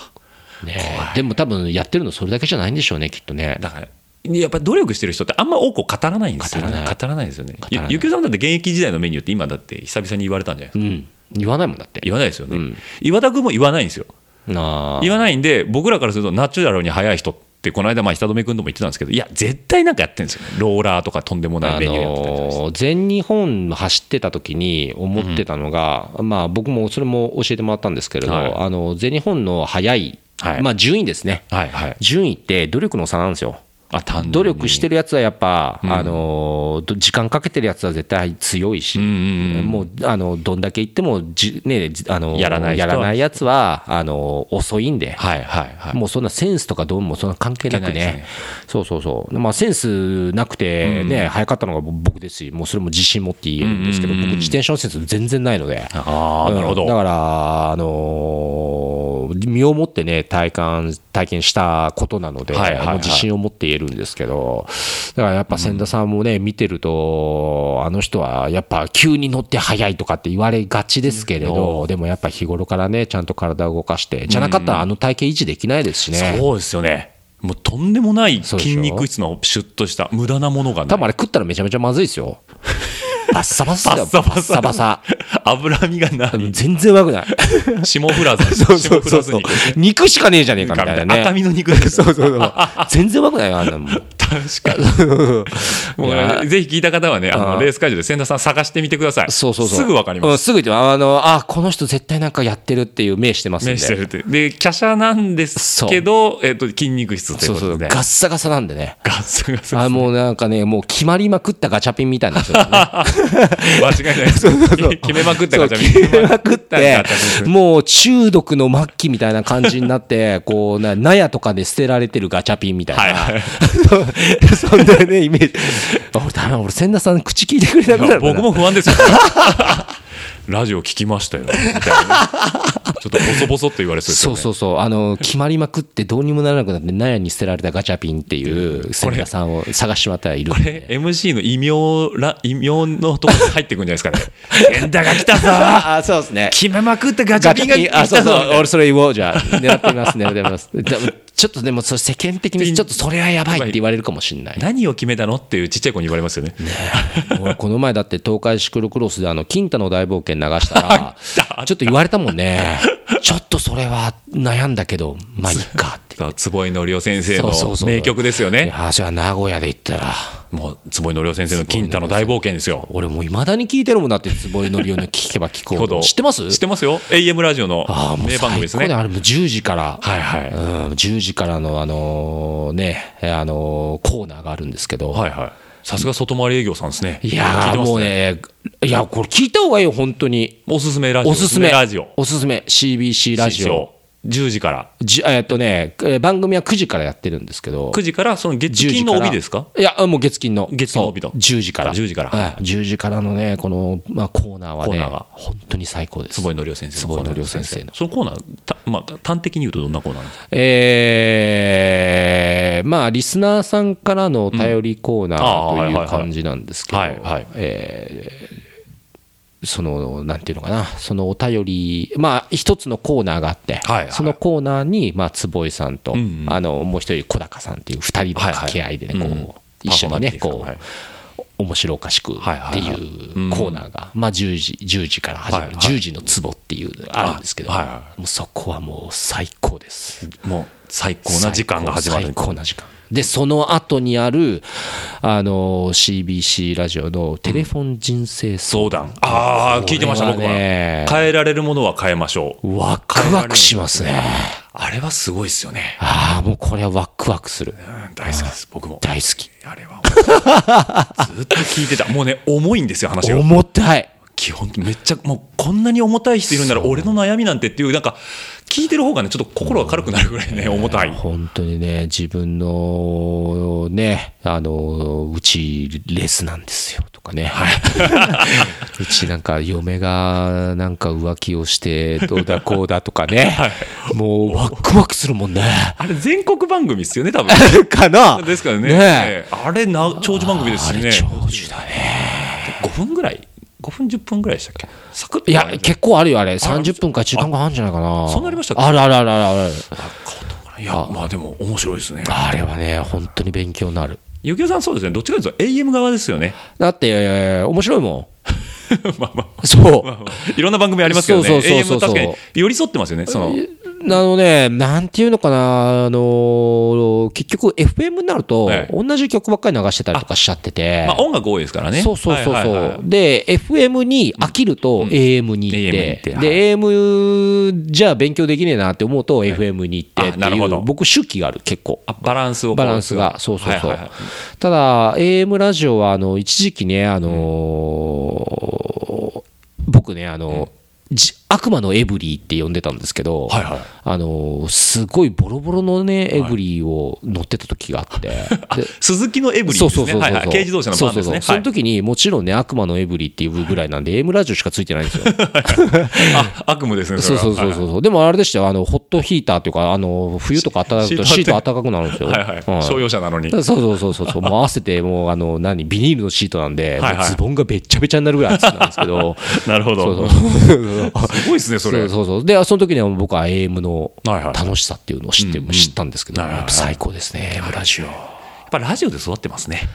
Speaker 3: ねでも多分やってるのそれだけじゃないんでしょうね、きっとね。
Speaker 2: だからやっぱり努力してる人ってあんま多く語らないんですよね
Speaker 3: 語らない
Speaker 2: 語らないですよね
Speaker 3: らない
Speaker 2: ゆゆきおさんだって現役時代のメニューって今だって久々に言われたんじゃないです
Speaker 3: う
Speaker 2: か
Speaker 3: ん。言わないもんだって。
Speaker 2: 言わないですよね、岩田君も言わないんですよ
Speaker 3: なあ
Speaker 2: 言わないんで僕らからするとナチュラルに速い人ってこの間まあ久留君とも言ってたんですけどいや絶対なんかやってるんですよねローラーとかとんでもない
Speaker 3: あ
Speaker 2: メニューやってたりとかして
Speaker 3: の全日本走ってた時に思ってたのが、まあ、僕もそれも教えてもらったんですけれど、
Speaker 2: はい
Speaker 3: あの全日本の速い、
Speaker 2: はい
Speaker 3: まあ、順位ですね、
Speaker 2: はいはい
Speaker 3: 順位って努力の差なんですよ。
Speaker 2: あ単
Speaker 3: 努力しててるやつはやっぱ、あのど時間かけてるやつは絶対強いし、
Speaker 2: うんうんうん
Speaker 3: もうあのどんだけ行ってもじ、ねじあの
Speaker 2: やらない人は
Speaker 3: やつはあの遅いんで、
Speaker 2: はいはいはい
Speaker 3: もうそんなセンスとかどうもそんな関係なく
Speaker 2: 関
Speaker 3: ね
Speaker 2: 係ないですね
Speaker 3: そうそうそう、まあ、センスなくて、ね早かったのが僕ですし、もうそれも自信持って言えるんですけど、
Speaker 2: うんうんうん
Speaker 3: 僕、自転車のセンス全然ないので。
Speaker 2: ああなるほど、
Speaker 3: うんだから、あのー身をもってね、体感、体験したことなので、
Speaker 2: はいはいはい
Speaker 3: もう自信を持って言えるんですけど、だからやっぱ千田さんもね、見てると、あの人はやっぱ急に乗って速いとかって言われがちですけれど、でもやっぱ日頃からね、ちゃんと体を動かして、じゃなかったらあの体型維持できないですしね。
Speaker 2: そうですよねもうとんでもない
Speaker 3: そうでし
Speaker 2: 筋
Speaker 3: ょ
Speaker 2: 肉質のシュッとした無駄なものがな
Speaker 3: 多
Speaker 2: い
Speaker 3: 分あれ食ったらめちゃめちゃまずいですよ。バッサバサだ
Speaker 2: バ
Speaker 3: よ。
Speaker 2: ッサバサ
Speaker 3: バッサ
Speaker 2: [LAUGHS]
Speaker 3: バ
Speaker 2: 脂身がな
Speaker 3: サ
Speaker 2: い
Speaker 3: 全然うま
Speaker 2: [LAUGHS]
Speaker 3: くない。
Speaker 2: 霜降ら
Speaker 3: [LAUGHS]
Speaker 2: ず霜降らず肉ですね
Speaker 3: 肉しかねえじゃねえかみたいなね。
Speaker 2: 赤身の肉ですよ
Speaker 3: そうそうそう。全然うまくないよ、あんなもん。
Speaker 2: 確かに
Speaker 3: [LAUGHS] い
Speaker 2: も
Speaker 3: や
Speaker 2: うぜひ聞いた方はねあのレース会場で千田さん探してみてください
Speaker 3: そうそうそう。
Speaker 2: すぐわかり
Speaker 3: う
Speaker 2: ま
Speaker 3: ん
Speaker 2: す
Speaker 3: すぐ言って、あの、あ、この人絶対なんかやってるっていう目してますんで。
Speaker 2: 目してるってで華奢なんですけど、えっと筋肉質という
Speaker 3: そう
Speaker 2: こ
Speaker 3: そう
Speaker 2: と
Speaker 3: そう。
Speaker 2: で
Speaker 3: ガ
Speaker 2: ね
Speaker 3: ッサガサなんでね。
Speaker 2: ガッツガツ
Speaker 3: あ
Speaker 2: 間
Speaker 3: もうなんかね、もう決まりまくったガチャピンみたいな人ですね。
Speaker 2: 違いないです [LAUGHS] 決めまくったガチャピン
Speaker 3: そう
Speaker 2: 決
Speaker 3: 決めまくっ
Speaker 2: めま
Speaker 3: て
Speaker 2: くったガチャピン、
Speaker 3: もう中毒の末期みたいな感じになって、こう、な納屋とかで捨てられてるガチャピンみたいな。
Speaker 2: はいはい
Speaker 3: [LAUGHS] そんなね、イメージ。俺、ダメ、俺、千田さん口聞いてくれなく
Speaker 2: い
Speaker 3: な
Speaker 2: や
Speaker 3: るかな
Speaker 2: 僕も不安ですよ。 [LAUGHS] ラジオ聞きましたよ。みたいなねちょっとボソボソって言われそうですよ
Speaker 3: そう
Speaker 2: ね。
Speaker 3: そうそう、あの、決まりまくってどうにもならなくなって、納屋に捨てられたガチャピンっていう、千田さんを探してもらったらいる [LAUGHS] んで。
Speaker 2: MC の異名ら異名のとこに入ってくんじゃないです
Speaker 3: [LAUGHS]
Speaker 2: かね。源田が来たぞ
Speaker 3: ああ、そうですね。
Speaker 2: 決めまくってガチ
Speaker 3: ガ
Speaker 2: ャピ
Speaker 3: チャ
Speaker 2: ンが
Speaker 3: ピ
Speaker 2: 来
Speaker 3: ン、あ、そう
Speaker 2: た
Speaker 3: そう
Speaker 2: ぞ、
Speaker 3: 俺それ言おう、じゃあ。狙ってみます、狙ってみます。 [LAUGHS] でもちょっとでも、それ世間的に、ちょっとそれはやばいって言われるかもしれない。
Speaker 2: 何を決めたのっていうちっちゃい子に言われますよね。
Speaker 3: 俺この前だって東海シクロクロスであの金太の大冒険流した [LAUGHS] らちょっと言われたもんねちょっとそれは悩んだけどまあいいかって
Speaker 2: と坪井紀夫先生の
Speaker 3: そうそうそう
Speaker 2: 名曲ですよ
Speaker 3: い
Speaker 2: ね
Speaker 3: や私は名古屋で行ったら
Speaker 2: もう坪井紀夫先生の「金太の大冒険」ですよ
Speaker 3: 俺もういまだに聞いてるもんだって坪井
Speaker 2: [LAUGHS]
Speaker 3: のりをね聞けば聞くほ
Speaker 2: ほど
Speaker 3: ど知ってます
Speaker 2: 知ってますよ AM ラジオの
Speaker 3: ああもう
Speaker 2: 名
Speaker 3: 最
Speaker 2: 番
Speaker 3: 高
Speaker 2: 組ですね
Speaker 3: だあれもう10時から、
Speaker 2: はいはい
Speaker 3: うん、10時からのあのーねあのーコーナーがあるんですけど、
Speaker 2: はいはいさすが外回り営業さんですね
Speaker 3: い
Speaker 2: 聞い
Speaker 3: や
Speaker 2: て
Speaker 3: ー
Speaker 2: ます
Speaker 3: もうねいやこれ聞いた方がいいよ本当に
Speaker 2: おすすめラジオ
Speaker 3: おすすめ
Speaker 2: ラジオ
Speaker 3: おすすめ CBC ラジオ
Speaker 2: 10時から
Speaker 3: じえっとねえー番組は9時からやってるんですけど
Speaker 2: 9時からその月金の
Speaker 3: 10時ら
Speaker 2: 帯ですか
Speaker 3: いやもう月金の
Speaker 2: 月金の帯だ
Speaker 3: そう10時から
Speaker 2: あ10時から
Speaker 3: はい、10時からのねこの、まあ、コーナーはね
Speaker 2: コーナーが
Speaker 3: 本当に最高です
Speaker 2: 坪井紀夫先生のコーナー
Speaker 3: 坪井紀夫先生の
Speaker 2: そのコーナーたまあ端的に言うとどんなコーナーなんですか
Speaker 3: えーまあリスナーさんからのお便りコーナ
Speaker 2: うんああ
Speaker 3: ーと
Speaker 2: はい
Speaker 3: い
Speaker 2: はいう
Speaker 3: 感じなんですけど、
Speaker 2: はいはい
Speaker 3: えーそのなんていうのかなそのお便りまあ一つのコーナーがあって、
Speaker 2: はいはい
Speaker 3: そのコーナーにまあ坪井さんと、
Speaker 2: ん
Speaker 3: あのもう一人小高さんっていう二人の掛け合いでね、
Speaker 2: はいはいうん
Speaker 3: こう一緒にね
Speaker 2: パーソ
Speaker 3: こう、
Speaker 2: ナリティですか
Speaker 3: 面白おかしくっていう
Speaker 2: はいはいはい
Speaker 3: コーナーが、まあ、10時10時から始まる、
Speaker 2: はいはい
Speaker 3: 10時の壺っていうのがあるんですけど、
Speaker 2: あはいは
Speaker 3: もうそこはもう最高です
Speaker 2: もう最高な時間が始まる
Speaker 3: 最高な時間でその後にあるあの CBC ラジオのテレフォン人生相
Speaker 2: 相談ああ聞いてました
Speaker 3: こ
Speaker 2: 僕
Speaker 3: れは
Speaker 2: は
Speaker 3: ね
Speaker 2: 変えられるものは変えましょう
Speaker 3: 談、ワクワクしますね
Speaker 2: あれはすごいですよね
Speaker 3: ああもうこれはワクワクする
Speaker 2: うん大好きです僕も
Speaker 3: 大好き
Speaker 2: あれは [LAUGHS] ずっと聞いてたもうね重いんですよ話が
Speaker 3: 重たい
Speaker 2: 基本めっちゃもうこんなに重たい人いるんなら俺の悩みなんてっていうなんか聞いてる方がねちょっと心が軽くなるぐらいね重たい
Speaker 3: 本当にね自分のねあのうちレスなんですよとかね、 [LAUGHS] うちなんか嫁がなんか浮気をしてどうだこうだとかね、もうワクワクするもんね
Speaker 2: あれ全国番組ですよね多分
Speaker 3: かな
Speaker 2: ですからね
Speaker 3: ね
Speaker 2: えあれな長寿番組ですし
Speaker 3: あれ
Speaker 2: ね
Speaker 3: 長寿だね
Speaker 2: 5分ぐらい5分10分ぐらいでしたっけサクッと
Speaker 3: いや結構あるよあれ
Speaker 2: あ
Speaker 3: 30分か時間があるんじゃないかな
Speaker 2: そんなありましたっけ
Speaker 3: あるあるあるあるある
Speaker 2: いやまあでも面白いですね
Speaker 3: あれはね本当に勉強になる
Speaker 2: ゆきおさんそうですねどっちかというと AM 側ですよね
Speaker 3: だって、えー面白いも
Speaker 2: [LAUGHS] まあまあ
Speaker 3: んそう
Speaker 2: いろんな番組ありますけどね
Speaker 3: そうそうそう
Speaker 2: AM
Speaker 3: そう
Speaker 2: は確かに寄り添ってますよねその
Speaker 3: なので、なんていうのかな、あの結局、FM になると
Speaker 2: はい、
Speaker 3: 同じ曲ばっかり流してたりとかしちゃってて、
Speaker 2: まあ音楽多いですからね
Speaker 3: そうそうそう
Speaker 2: はいはいは
Speaker 3: そ、
Speaker 2: いう
Speaker 3: で、FM に飽きると、AM に行っ
Speaker 2: AM に行って
Speaker 3: て、
Speaker 2: はい
Speaker 3: で、AM じゃあ勉強できねえなって思うと、FM に行ってって
Speaker 2: あなる
Speaker 3: い
Speaker 2: ほど
Speaker 3: う、僕、周期がある、結構。
Speaker 2: あバランスをこう
Speaker 3: バランスが、そうそうそう。
Speaker 2: はいはいはい
Speaker 3: ただ、AM ラジオは、あの、一時期ね、あのー僕ね、あの、じ悪魔のエブリーって呼んでたんですけど、
Speaker 2: はいはい
Speaker 3: あのーすごいボロボロのね、エブリーを乗ってた時
Speaker 2: [LAUGHS]
Speaker 3: があって、で
Speaker 2: 鈴木のエブリ
Speaker 3: そ
Speaker 2: ィ
Speaker 3: う
Speaker 2: です
Speaker 3: そ
Speaker 2: ね
Speaker 3: うそうそう
Speaker 2: はいはい軽自動車の番
Speaker 3: そう
Speaker 2: です
Speaker 3: そうそ
Speaker 2: ね
Speaker 3: うその時に、もちろんね、悪魔のエブリーっていうぐらいなんで、AM ラジオしかついてないんですよ。
Speaker 2: [LAUGHS] はいあ悪夢ですね
Speaker 3: そう
Speaker 2: れは
Speaker 3: そうそうそうそう。でもあれでしたよ、あの、ホットヒーターっていうか、あの、冬とか暖かくとシ
Speaker 2: シ
Speaker 3: ー
Speaker 2: ー
Speaker 3: ト
Speaker 2: ト
Speaker 3: 暖かくなるんですよ。
Speaker 2: はいはい
Speaker 3: うん
Speaker 2: 商用車なのに
Speaker 3: そうそうそうそうそう、もう合わせて、もうあの何、ビニールのシートなん
Speaker 2: は
Speaker 3: で、
Speaker 2: いはい
Speaker 3: もうズボンがべっちゃべちゃになるぐらい暑くなんです
Speaker 2: [LAUGHS]
Speaker 3: けど、
Speaker 2: なるほ
Speaker 3: そうそ
Speaker 2: ど
Speaker 3: う
Speaker 2: すごいですねそ
Speaker 3: そう
Speaker 2: れ
Speaker 3: そうそう、で、その時には僕は AM の
Speaker 2: はいはい
Speaker 3: 楽しさっていうのを知って、知ったんですけど、
Speaker 2: はいはい
Speaker 3: やっぱ最高ですね、AM ラジオ。
Speaker 2: やっぱラジオで育ってますね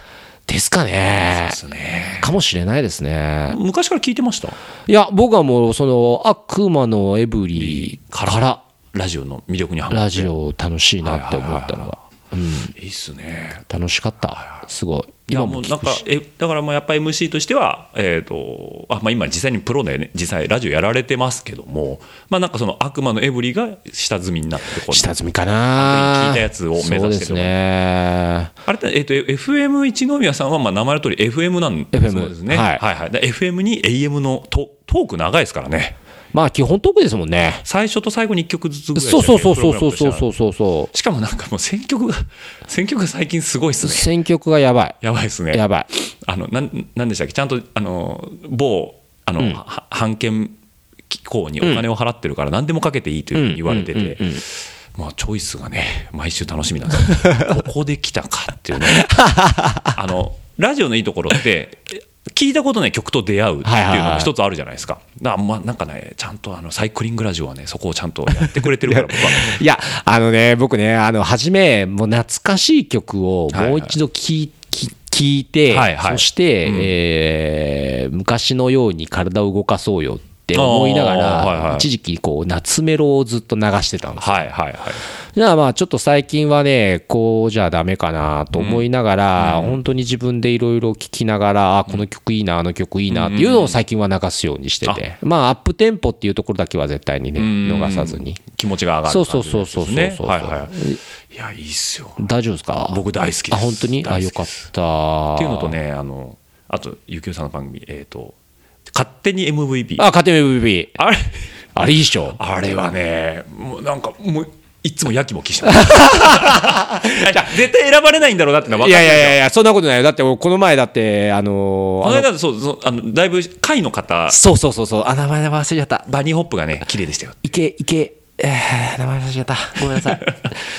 Speaker 3: ですかね。
Speaker 2: ですね
Speaker 3: かもしれないですね。
Speaker 2: 昔から聞いてました
Speaker 3: いや、僕はもう、その、悪魔のエブリーから、
Speaker 2: ラジオの魅力にハマ
Speaker 3: ラ
Speaker 2: って
Speaker 3: ジオ楽しいなって思ったのが、
Speaker 2: いいっすね
Speaker 3: 楽しかった。すごい。
Speaker 2: いや
Speaker 3: 今
Speaker 2: も
Speaker 3: も
Speaker 2: う
Speaker 3: 聞
Speaker 2: なん
Speaker 3: く
Speaker 2: か
Speaker 3: し
Speaker 2: えだからもうやっぱ MC としては、えーとあまあ、今実際にプロでね実際ラジオやられてますけども、まあ、なんかその悪魔のエブリが下積みになってこう
Speaker 3: 下積みかな
Speaker 2: 後に聞いたやつを目指してる
Speaker 3: そうですね。
Speaker 2: あれって、えー、と FM 一宮さんはまあ名前の通り FM なん
Speaker 3: FM
Speaker 2: そうですね、
Speaker 3: はい
Speaker 2: はいはいで FM に AM のトトーク長いですからね
Speaker 3: まあ基本トークですもんね。
Speaker 2: 最初と最後に1曲ずつぐらいで
Speaker 3: そうそうそうそうそうそう
Speaker 2: う
Speaker 3: そうそうそ
Speaker 2: しかもなんかもう選曲が [LAUGHS] 選曲が最近すごいっす
Speaker 3: う。
Speaker 2: ね
Speaker 3: 選曲がやばい。
Speaker 2: やばいっすね
Speaker 3: やばい。
Speaker 2: あのなんなんでしたっけちゃんとあの某あの、は版権機構にお金を払ってるから何でもかけていいというふうに言われてて、まあ、チョイスがね毎週楽しみなんですよ
Speaker 3: [LAUGHS]
Speaker 2: ここで来たかっていうねあのラジオのいいところって聞いたことない曲と出会うって
Speaker 3: はいはい
Speaker 2: いうの
Speaker 3: は
Speaker 2: が
Speaker 3: い
Speaker 2: 一つあるじゃないですか。だからまあなんかね、ちゃんとあのサイクリングラジオはね、そこをちゃんとやってくれてるから、僕は。
Speaker 3: い [LAUGHS] や、あのね、僕ね、あの、初め、もう懐かしい曲をもう一度聞いき聞いて、
Speaker 2: はいはい
Speaker 3: そして、えー昔のように体を動かそうよっって思いなが
Speaker 2: あーはいは
Speaker 3: ら
Speaker 2: い
Speaker 3: 一時期こう夏メロをずっと流してたんですよ
Speaker 2: はいはいはい
Speaker 3: じゃあまあちょっと最近はねこうじゃダメかなと思いながら、本当に自分でいろいろ聞きながらあこの曲いいなあの曲いいなっていうのを最近は流すようにしてて、まあアップテンポっていうところだけは絶対にね逃さずに
Speaker 2: 気持ちが上がる感じのやつですね
Speaker 3: そうそうそうそうそう
Speaker 2: はいはいいやいいっすよ
Speaker 3: 大丈夫ですか
Speaker 2: 僕大好きです
Speaker 3: あ本当にあ
Speaker 2: 大好
Speaker 3: よ
Speaker 2: き
Speaker 3: かっ
Speaker 2: です
Speaker 3: た
Speaker 2: っていうのとねあのあとゆきおさんの番組えっ、と勝手に MVP
Speaker 3: あ勝手に MVP
Speaker 2: あれ
Speaker 3: あれいいっしょ
Speaker 2: あれはねもうなんかもういつもやきもきしてます
Speaker 3: [LAUGHS]
Speaker 2: 絶対選ばれないんだろうなってのはい分か
Speaker 3: や
Speaker 2: る
Speaker 3: いやいやいやそんなことないよだって俺この前だってあのー
Speaker 2: こ
Speaker 3: あ
Speaker 2: の
Speaker 3: の
Speaker 2: 間そうそうあのだいぶ会の方
Speaker 3: そうそうそうそうあ名前忘れちゃった
Speaker 2: バニーホップがね綺麗でしたよ
Speaker 3: いけいけえー名前忘れちゃったごめんな
Speaker 2: [LAUGHS]
Speaker 3: さい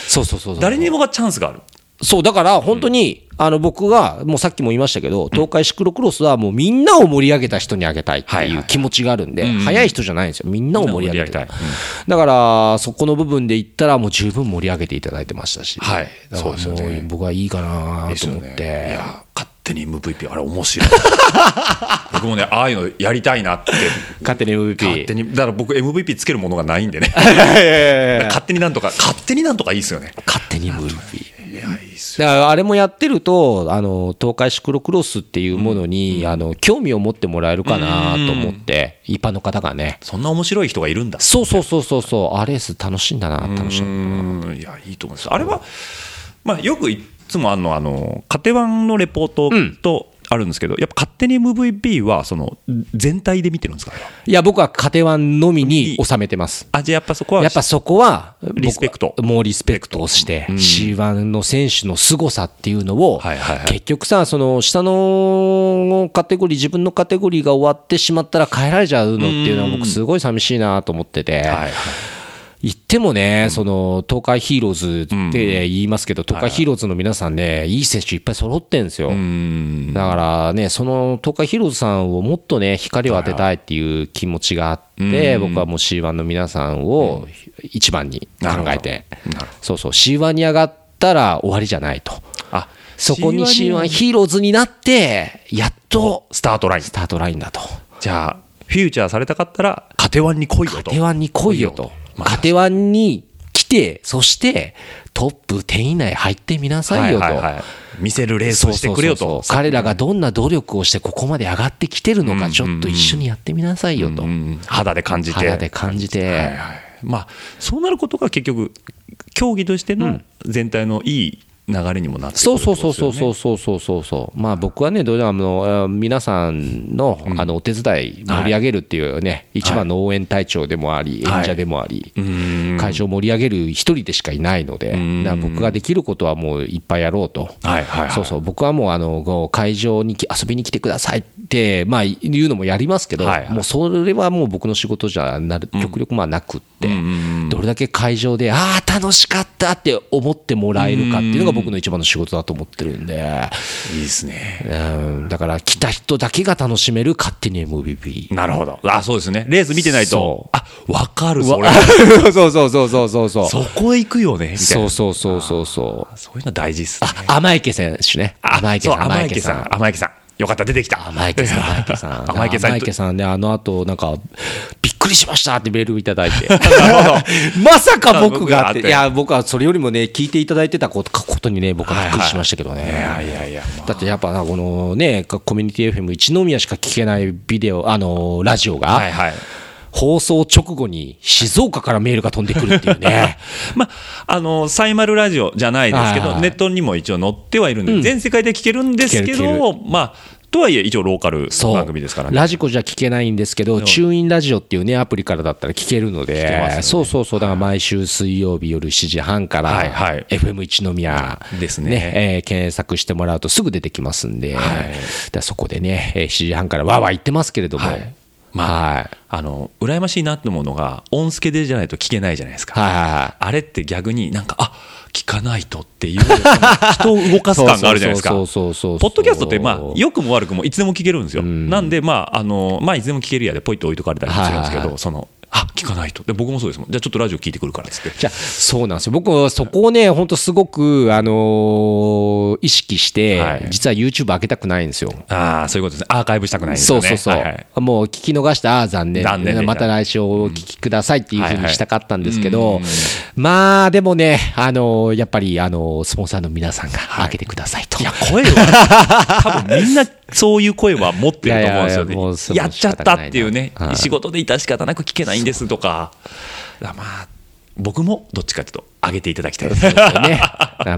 Speaker 3: そうそうそうそう
Speaker 2: 誰にもがチャンスがある
Speaker 3: そう、だから本当に、あの僕が、もうさっきも言いましたけど、東海シクロクロスはもうみんなを盛り上げた人にあげたいって
Speaker 2: はいはい
Speaker 3: い
Speaker 2: は
Speaker 3: う
Speaker 2: い
Speaker 3: 気持ちがあるんで、早い人じゃないんですよ。みんなを盛り上げたい。
Speaker 2: みんなを盛り
Speaker 3: だから、そこの部分で言ったら、もう十分盛り上げていただいてましたし、
Speaker 2: はい
Speaker 3: だから
Speaker 2: そうですよね
Speaker 3: も僕はいいかなと思っ
Speaker 2: い
Speaker 3: て。
Speaker 2: や勝手に MVP あれ面
Speaker 3: [LAUGHS]
Speaker 2: 白い僕もねああいうのやりたいなって
Speaker 3: [LAUGHS] 勝手に MVP。
Speaker 2: 勝手にだから僕 MVP つけるものがないんでね勝手になんとか勝手になんとかいいですよね
Speaker 3: 勝手に MVP。
Speaker 2: いやいいっす
Speaker 3: だからあれもやってるとあの東海シクロクロスっていうものに、あの興味を持ってもらえるかなと思って、一般の方がね
Speaker 2: そんな面白い人がいるんだ
Speaker 3: そうそうそうそうそう、あレース楽しいんだな、楽しい。
Speaker 2: うんいやいいと思いますあれは、まあ、よくいつもあのあのカテワンのレポートとあるんですけど、やっぱ勝手に MVP はその全体で見てるんですかあれはい
Speaker 3: や、僕は家庭ワンのみに収めてます。
Speaker 2: あじゃあやっぱそこは
Speaker 3: やっぱそこは、僕
Speaker 2: リスペクト
Speaker 3: もうリスペクトをして、C1 の選手の凄さっていうのを
Speaker 2: はいはいはい、
Speaker 3: 結局さ、その下のカテゴリー、自分のカテゴリーが終わってしまったら変えられちゃうのっていうのは、僕、すごい寂しいなと思ってて。
Speaker 2: はい
Speaker 3: 言ってもね、その東海ヒーローズって言いますけど、東海ヒーローズの皆さんね、いい選手いっぱい揃ってんですよ。
Speaker 2: うん
Speaker 3: だからね、その東海ヒーローズさんをもっとね、光を当てたいっていう気持ちがあって、僕はもう C1 の皆さんを一番に考えて
Speaker 2: なるほどなるほど、
Speaker 3: そうそう、C1 に上がったら終わりじゃないと。
Speaker 2: あ
Speaker 3: そこに
Speaker 2: C1
Speaker 3: C1
Speaker 2: に
Speaker 3: ヒーローズになって、やっと
Speaker 2: スタートライン
Speaker 3: スタートラインだと。
Speaker 2: じゃあフューチャーされたかったらカテワンに来いよと
Speaker 3: カテワンに来いよと。
Speaker 2: まあ
Speaker 3: カテワンに来て、そしてトップ10以内入ってみなさいよと。
Speaker 2: はいはいはい見せるレースをしてくれよと
Speaker 3: そうそうそう彼らがどんな努力をしてここまで上がってきてるのか、ちょっと一緒にやってみなさいよと、
Speaker 2: うん肌で感じて
Speaker 3: 肌で感じて、
Speaker 2: はいはいまあそうなることが結局競技としての全体のいい流れにもなってくる
Speaker 3: そうそうそうそう
Speaker 2: う
Speaker 3: そうそうそうそうそうまあ僕はねどうあのえー皆さんのあのお手伝い盛り上げるっていうね、一番の応援隊長でもあり、
Speaker 2: はい
Speaker 3: 演者でもあり、
Speaker 2: うん
Speaker 3: 会場を盛り上げる一人でしかいないので、
Speaker 2: ん
Speaker 3: だから僕ができることはもういっぱいやろうと。
Speaker 2: はいはいはい
Speaker 3: そうそう僕はもうあのこう会場にき遊びに来てくださいって、まあ、言うのもやりますけど、
Speaker 2: はいはい
Speaker 3: もうそれはもう僕の仕事じゃなる極力まあなくって、どれだけ会場でああ楽しかったって思ってもらえるかっていうのが僕の一番の仕事だと思ってるんで、
Speaker 2: いいですね
Speaker 3: うん、だから来た人だけが楽しめる勝手に MVP。
Speaker 2: なるほどあそうですねレース見てないと
Speaker 3: そ
Speaker 2: あわかる [LAUGHS] それ
Speaker 3: そうそうそうそうそうそ
Speaker 2: [LAUGHS]
Speaker 3: う
Speaker 2: そこへ行くよねみたい
Speaker 3: そ
Speaker 2: な
Speaker 3: うそうそうそうそう
Speaker 2: そういうの大事っすね
Speaker 3: 甘池選手ね。甘池
Speaker 2: そ
Speaker 3: さ。
Speaker 2: うん甘池さん甘池さんよかった出てきた
Speaker 3: 甘池さん。甘池さん。
Speaker 2: [LAUGHS] 甘池さん
Speaker 3: 甘池さんね、あの後、なんか、びっくりしましたってメールをいただ
Speaker 2: [LAUGHS]
Speaker 3: いて。
Speaker 2: なるほ
Speaker 3: まさか僕が
Speaker 2: あ僕が
Speaker 3: っ
Speaker 2: って
Speaker 3: て。いや、僕はそれよりもね、聞いていただいてたことことにね、僕はびっくりしましたけど
Speaker 2: どい
Speaker 3: ね。
Speaker 2: やいやいやまあ
Speaker 3: だってやっぱなこのね、コミュニティ FM 一宮しか聞けないビデオ、あの、ラジオが、
Speaker 2: はいはい
Speaker 3: 放送直後に静岡からメールが飛んでくるってい
Speaker 2: [LAUGHS]
Speaker 3: うね。
Speaker 2: まあ、あの、サイマルラジオじゃないですけ
Speaker 3: はいはい
Speaker 2: ど、
Speaker 3: はい
Speaker 2: ネットにも一応載ってはいるんで、全世界で聞けるんですけ
Speaker 3: 聞ける
Speaker 2: ど、まあ、とはいえ、一応ローカル
Speaker 3: そう
Speaker 2: 番組ですからね。
Speaker 3: ラジコじゃ聞けないんですけど、チューインラジオっていうね、アプリからだったら聞けるの
Speaker 2: けま
Speaker 3: で、
Speaker 2: すよね
Speaker 3: そうそうそう、だから毎週水曜日夜7時半から、
Speaker 2: はいはい
Speaker 3: FM 一宮
Speaker 2: ですね
Speaker 3: えー検索してもらうとすぐ出てきますんで、でそこでね、えー7時半からわーわー言ってますけれども、
Speaker 2: はいまあ
Speaker 3: はい
Speaker 2: あの、羨ましいなって思うのが、音付けでじゃないと聞けないじゃないですか。
Speaker 3: はいはいはい
Speaker 2: あれって逆になんか、あ聞かないとっていう、その人を動かす感があるじゃないですか。
Speaker 3: そうそうそうそうそうそう
Speaker 2: ポッドキャストって、まあ、良くも悪くもいつでも聞けるんですよ。なんで、まあ、あの、まあ、いつでも聞けるやで、ポイッと置いとかれたりもするんですけ
Speaker 3: はいはい
Speaker 2: ど、その、あ聞かないとで僕もそうですもんじゃあちょっとラジオ聞いてくるからっつって
Speaker 3: じゃあそうなんですよ僕そこをね本当すごく、あのー意識して、
Speaker 2: はい
Speaker 3: 実は YouTube 開けたくないんですよ。
Speaker 2: ああそういうことですねアーカイブしたくないんです
Speaker 3: そ
Speaker 2: よ
Speaker 3: う
Speaker 2: ね
Speaker 3: そうそう、
Speaker 2: はいはい
Speaker 3: もう聞き逃したあー残念
Speaker 2: 残念でした
Speaker 3: また来週お聞きくださいっていうふうにしたかったんですけ
Speaker 2: はい
Speaker 3: ど、
Speaker 2: はいうん
Speaker 3: まあでもねあのーやっぱりあのースポンサーの皆さんが開けてくださいと、
Speaker 2: いや声は多分みんなそういう声は持ってると思うんですよ
Speaker 3: いやいやいやもうそ
Speaker 2: ね
Speaker 3: れ
Speaker 2: や
Speaker 3: も
Speaker 2: っちゃっ
Speaker 3: 仕方
Speaker 2: た
Speaker 3: ないな
Speaker 2: っていうね
Speaker 3: はい
Speaker 2: 仕事でいた仕方なく聞けないんですとかだからまあ僕もどっちかというと上げていただきたい
Speaker 3: [LAUGHS]
Speaker 2: です
Speaker 3: ね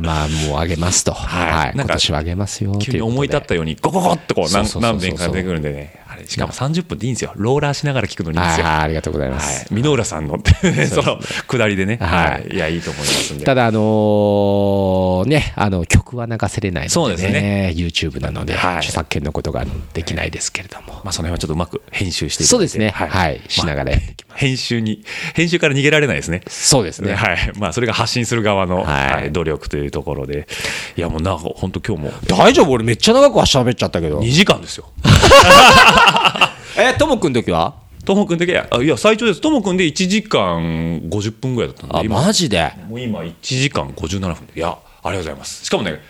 Speaker 3: まあもうあげますと、はい
Speaker 2: いなん
Speaker 3: 今
Speaker 2: か
Speaker 3: 年はあげますよ
Speaker 2: 急に思い立っ
Speaker 3: よ
Speaker 2: たようにゴゴゴってこう何
Speaker 3: そうそうそうそう
Speaker 2: 何遍か出てくるんでねあれしかも30分でいいんですよローラーしながら聞くのにいいんですよ
Speaker 3: あありがとうございます、
Speaker 2: はい、箕浦さんのって、その下りでね、
Speaker 3: は
Speaker 2: はいい、いや、いいと思いますんで。
Speaker 3: ただ、あのーね、あの曲は流せれないので、ね、
Speaker 2: そうですね
Speaker 3: YouTube なので、
Speaker 2: はい
Speaker 3: 著作権のことができないですけれども、
Speaker 2: まあ、その辺はちょっとうまく編集していただいて
Speaker 3: そうですね、はい、しながらやっていきま
Speaker 2: 編集に、編集から逃げられないですね。
Speaker 3: す。そうですね、
Speaker 2: はい。まあ、それが発信する側の、
Speaker 3: はい
Speaker 2: はい努力というところで。いや、もうなんか、本当今日も
Speaker 3: 大丈夫、俺、めっちゃ長くは喋っちゃったけど
Speaker 2: 2、時間ですよ。
Speaker 3: えともくんの時は
Speaker 2: ともくんだけ、あいや、最長です。ともくんで1時間50分ぐらいだったんで、
Speaker 3: あ、
Speaker 2: 今
Speaker 3: マジで、
Speaker 2: もう今1時間57分で。いや、ありがとうございます。しかもね、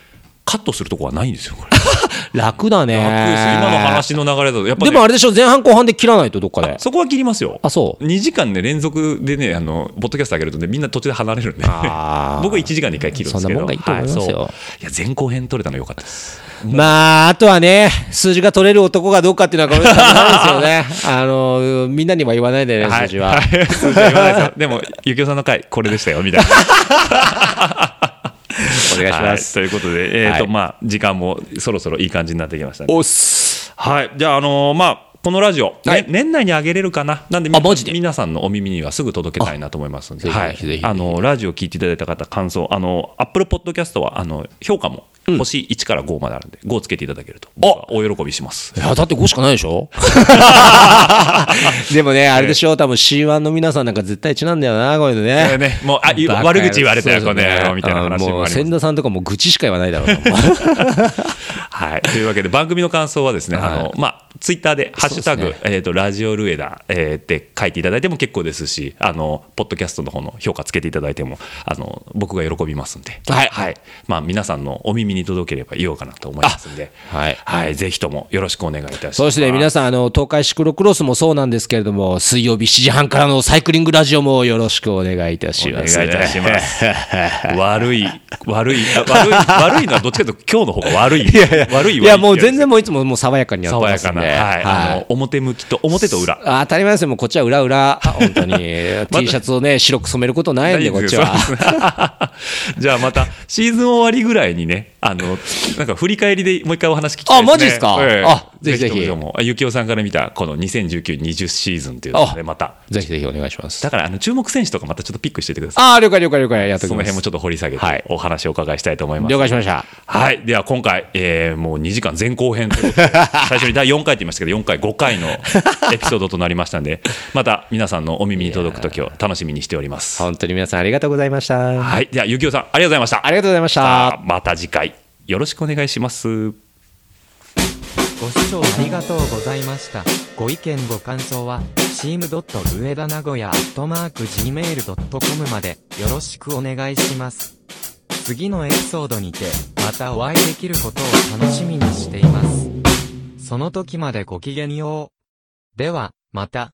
Speaker 2: カットするとこはないんですよ、これ。
Speaker 3: 楽だね。
Speaker 2: 楽です今の話の流れだと、やっぱ、ね、
Speaker 3: でもあれでしょ、前半後半で切らないと、どっかで。
Speaker 2: そこは切りますよ。
Speaker 3: あそう
Speaker 2: 2時間ね、連続でね、あの、ポッドキャスト上げるとね、みんな途中で離れるんで。
Speaker 3: あー
Speaker 2: 僕は1時間に1回切るんですけど。
Speaker 3: そんなもんがいいと思いますよ
Speaker 2: はそういや、前後編取れたの良かったです。
Speaker 3: [LAUGHS] まあ、あとはね、数字が取れる男がどうかっていうのは、これ、なんです
Speaker 2: [LAUGHS]
Speaker 3: よね。あのー、みんなには言わないでね、数字は。
Speaker 2: いい数字は言わないですよ。でも、ゆきおさんの回、これでしたよ、みたいな。
Speaker 3: [LAUGHS] お願いします。
Speaker 2: はいということで、えっ、と、
Speaker 3: はい
Speaker 2: まあ、時間もそろそろいい感じになってきましたね。
Speaker 3: おっす。
Speaker 2: はい。じゃあ、あのーまあ、このラジオ、ね
Speaker 3: はい
Speaker 2: 年内に上げれるかな。なんで、
Speaker 3: あマジで
Speaker 2: 皆さんのお耳にはすぐ届けたいなと思いますので、
Speaker 3: あぜひ
Speaker 2: はい
Speaker 3: ぜひぜひ
Speaker 2: あのーラジオ聞いていただいた方、感想、あのー、Apple Podcast は、あのー、評価も、星1から5まであるんで、5つけていただけると、僕はお喜びし
Speaker 3: [LAUGHS]
Speaker 2: ます。
Speaker 3: いや、だって5しかないでしょ [LAUGHS] でもね、あれでしょ、多分 C1 の皆さんなんか絶対1なんだよな、こういうの
Speaker 2: えー
Speaker 3: ね。
Speaker 2: ね、もうあい
Speaker 3: バカ
Speaker 2: 悪口言われたよ、
Speaker 3: そう
Speaker 2: こ
Speaker 3: です
Speaker 2: れ、みたいな話
Speaker 3: あも
Speaker 2: も
Speaker 3: う、
Speaker 2: あり
Speaker 3: 千
Speaker 2: ます。
Speaker 3: 田さんとかもう愚痴しか言わないだろうな。
Speaker 2: はい、というわけで、番組の感想はですね、
Speaker 3: はい
Speaker 2: あのまあ、ツイッターで、ハッシュタグ、
Speaker 3: そうです
Speaker 2: えー、とラジオルエダ、えー、って書いていただいても結構ですし、あのポッドキャストの方の評価つけていただいても、あの僕が喜びますんで、
Speaker 3: はい
Speaker 2: まあ、皆さんのお耳に届ければいようかなと思いますんで、
Speaker 3: はい
Speaker 2: はい、ぜひともよろしくお願いいたします。
Speaker 3: そしてね、皆さん、あの、東海シクロクロスもそうなんですけれども、水曜日7時半からのサイクリングラジオもよろしくお願いいたし
Speaker 2: お願
Speaker 3: ま
Speaker 2: いい
Speaker 3: す。
Speaker 2: たします。悪い、悪い、あ
Speaker 3: [LAUGHS]
Speaker 2: 悪い、悪いのはどっちかというと、今日の方が悪い、悪い悪い
Speaker 3: いや、もう全然もういつももう爽やかにやって
Speaker 2: 爽
Speaker 3: ま
Speaker 2: や
Speaker 3: す
Speaker 2: か
Speaker 3: ん
Speaker 2: な、
Speaker 3: で。
Speaker 2: はいあの表向きと表と裏。
Speaker 3: あ当たり前ですよ、もうこっちは裏裏、本
Speaker 2: [LAUGHS]
Speaker 3: 当に。T シャツをね、白く染めることないんで、こっちは。
Speaker 2: そうですね [LAUGHS] じゃあまたシーズン終わりぐらいにね、あの、なんか振り返りでもう一回お話聞きたいですね。
Speaker 3: あマジですか
Speaker 2: ええ
Speaker 3: あぜひぜひ
Speaker 2: ともあゆきおさんから見た、この2019、20シーズンっていうので、
Speaker 3: あ
Speaker 2: また。
Speaker 3: ぜひぜひお願いします。
Speaker 2: だから、あの、注目選手とかまたちょっとピックしていてくださ
Speaker 3: ああ、了解了解了解。やっ
Speaker 2: い。
Speaker 3: とき
Speaker 2: その
Speaker 3: ます。
Speaker 2: 辺もちょっと掘り下げ
Speaker 3: はい
Speaker 2: てお話をお伺いしたいと思います。
Speaker 3: 了解しました。
Speaker 2: はい。では今回、えーもう2時間前後編ということ
Speaker 3: [LAUGHS]
Speaker 2: で最初に第4回って言いましたけど、4回、5回のエピソードとなりましたんで、また皆さんのお耳に届く時を楽しみにしております。
Speaker 3: 本当に皆さんありがとうございました。
Speaker 2: はい。では、ゆきおさん、ありがとうございました。
Speaker 3: ありがとうございました。
Speaker 2: また次回よろしくお願いします。
Speaker 4: ご視聴ありがとうございました。ご意見ご感想は、チームドット上田名古屋アットマーク Gmail.com までよろしくお願いします。次のエピソードにて、またお会いできることを楽しみにしています。その時までごきげんよう。では、また。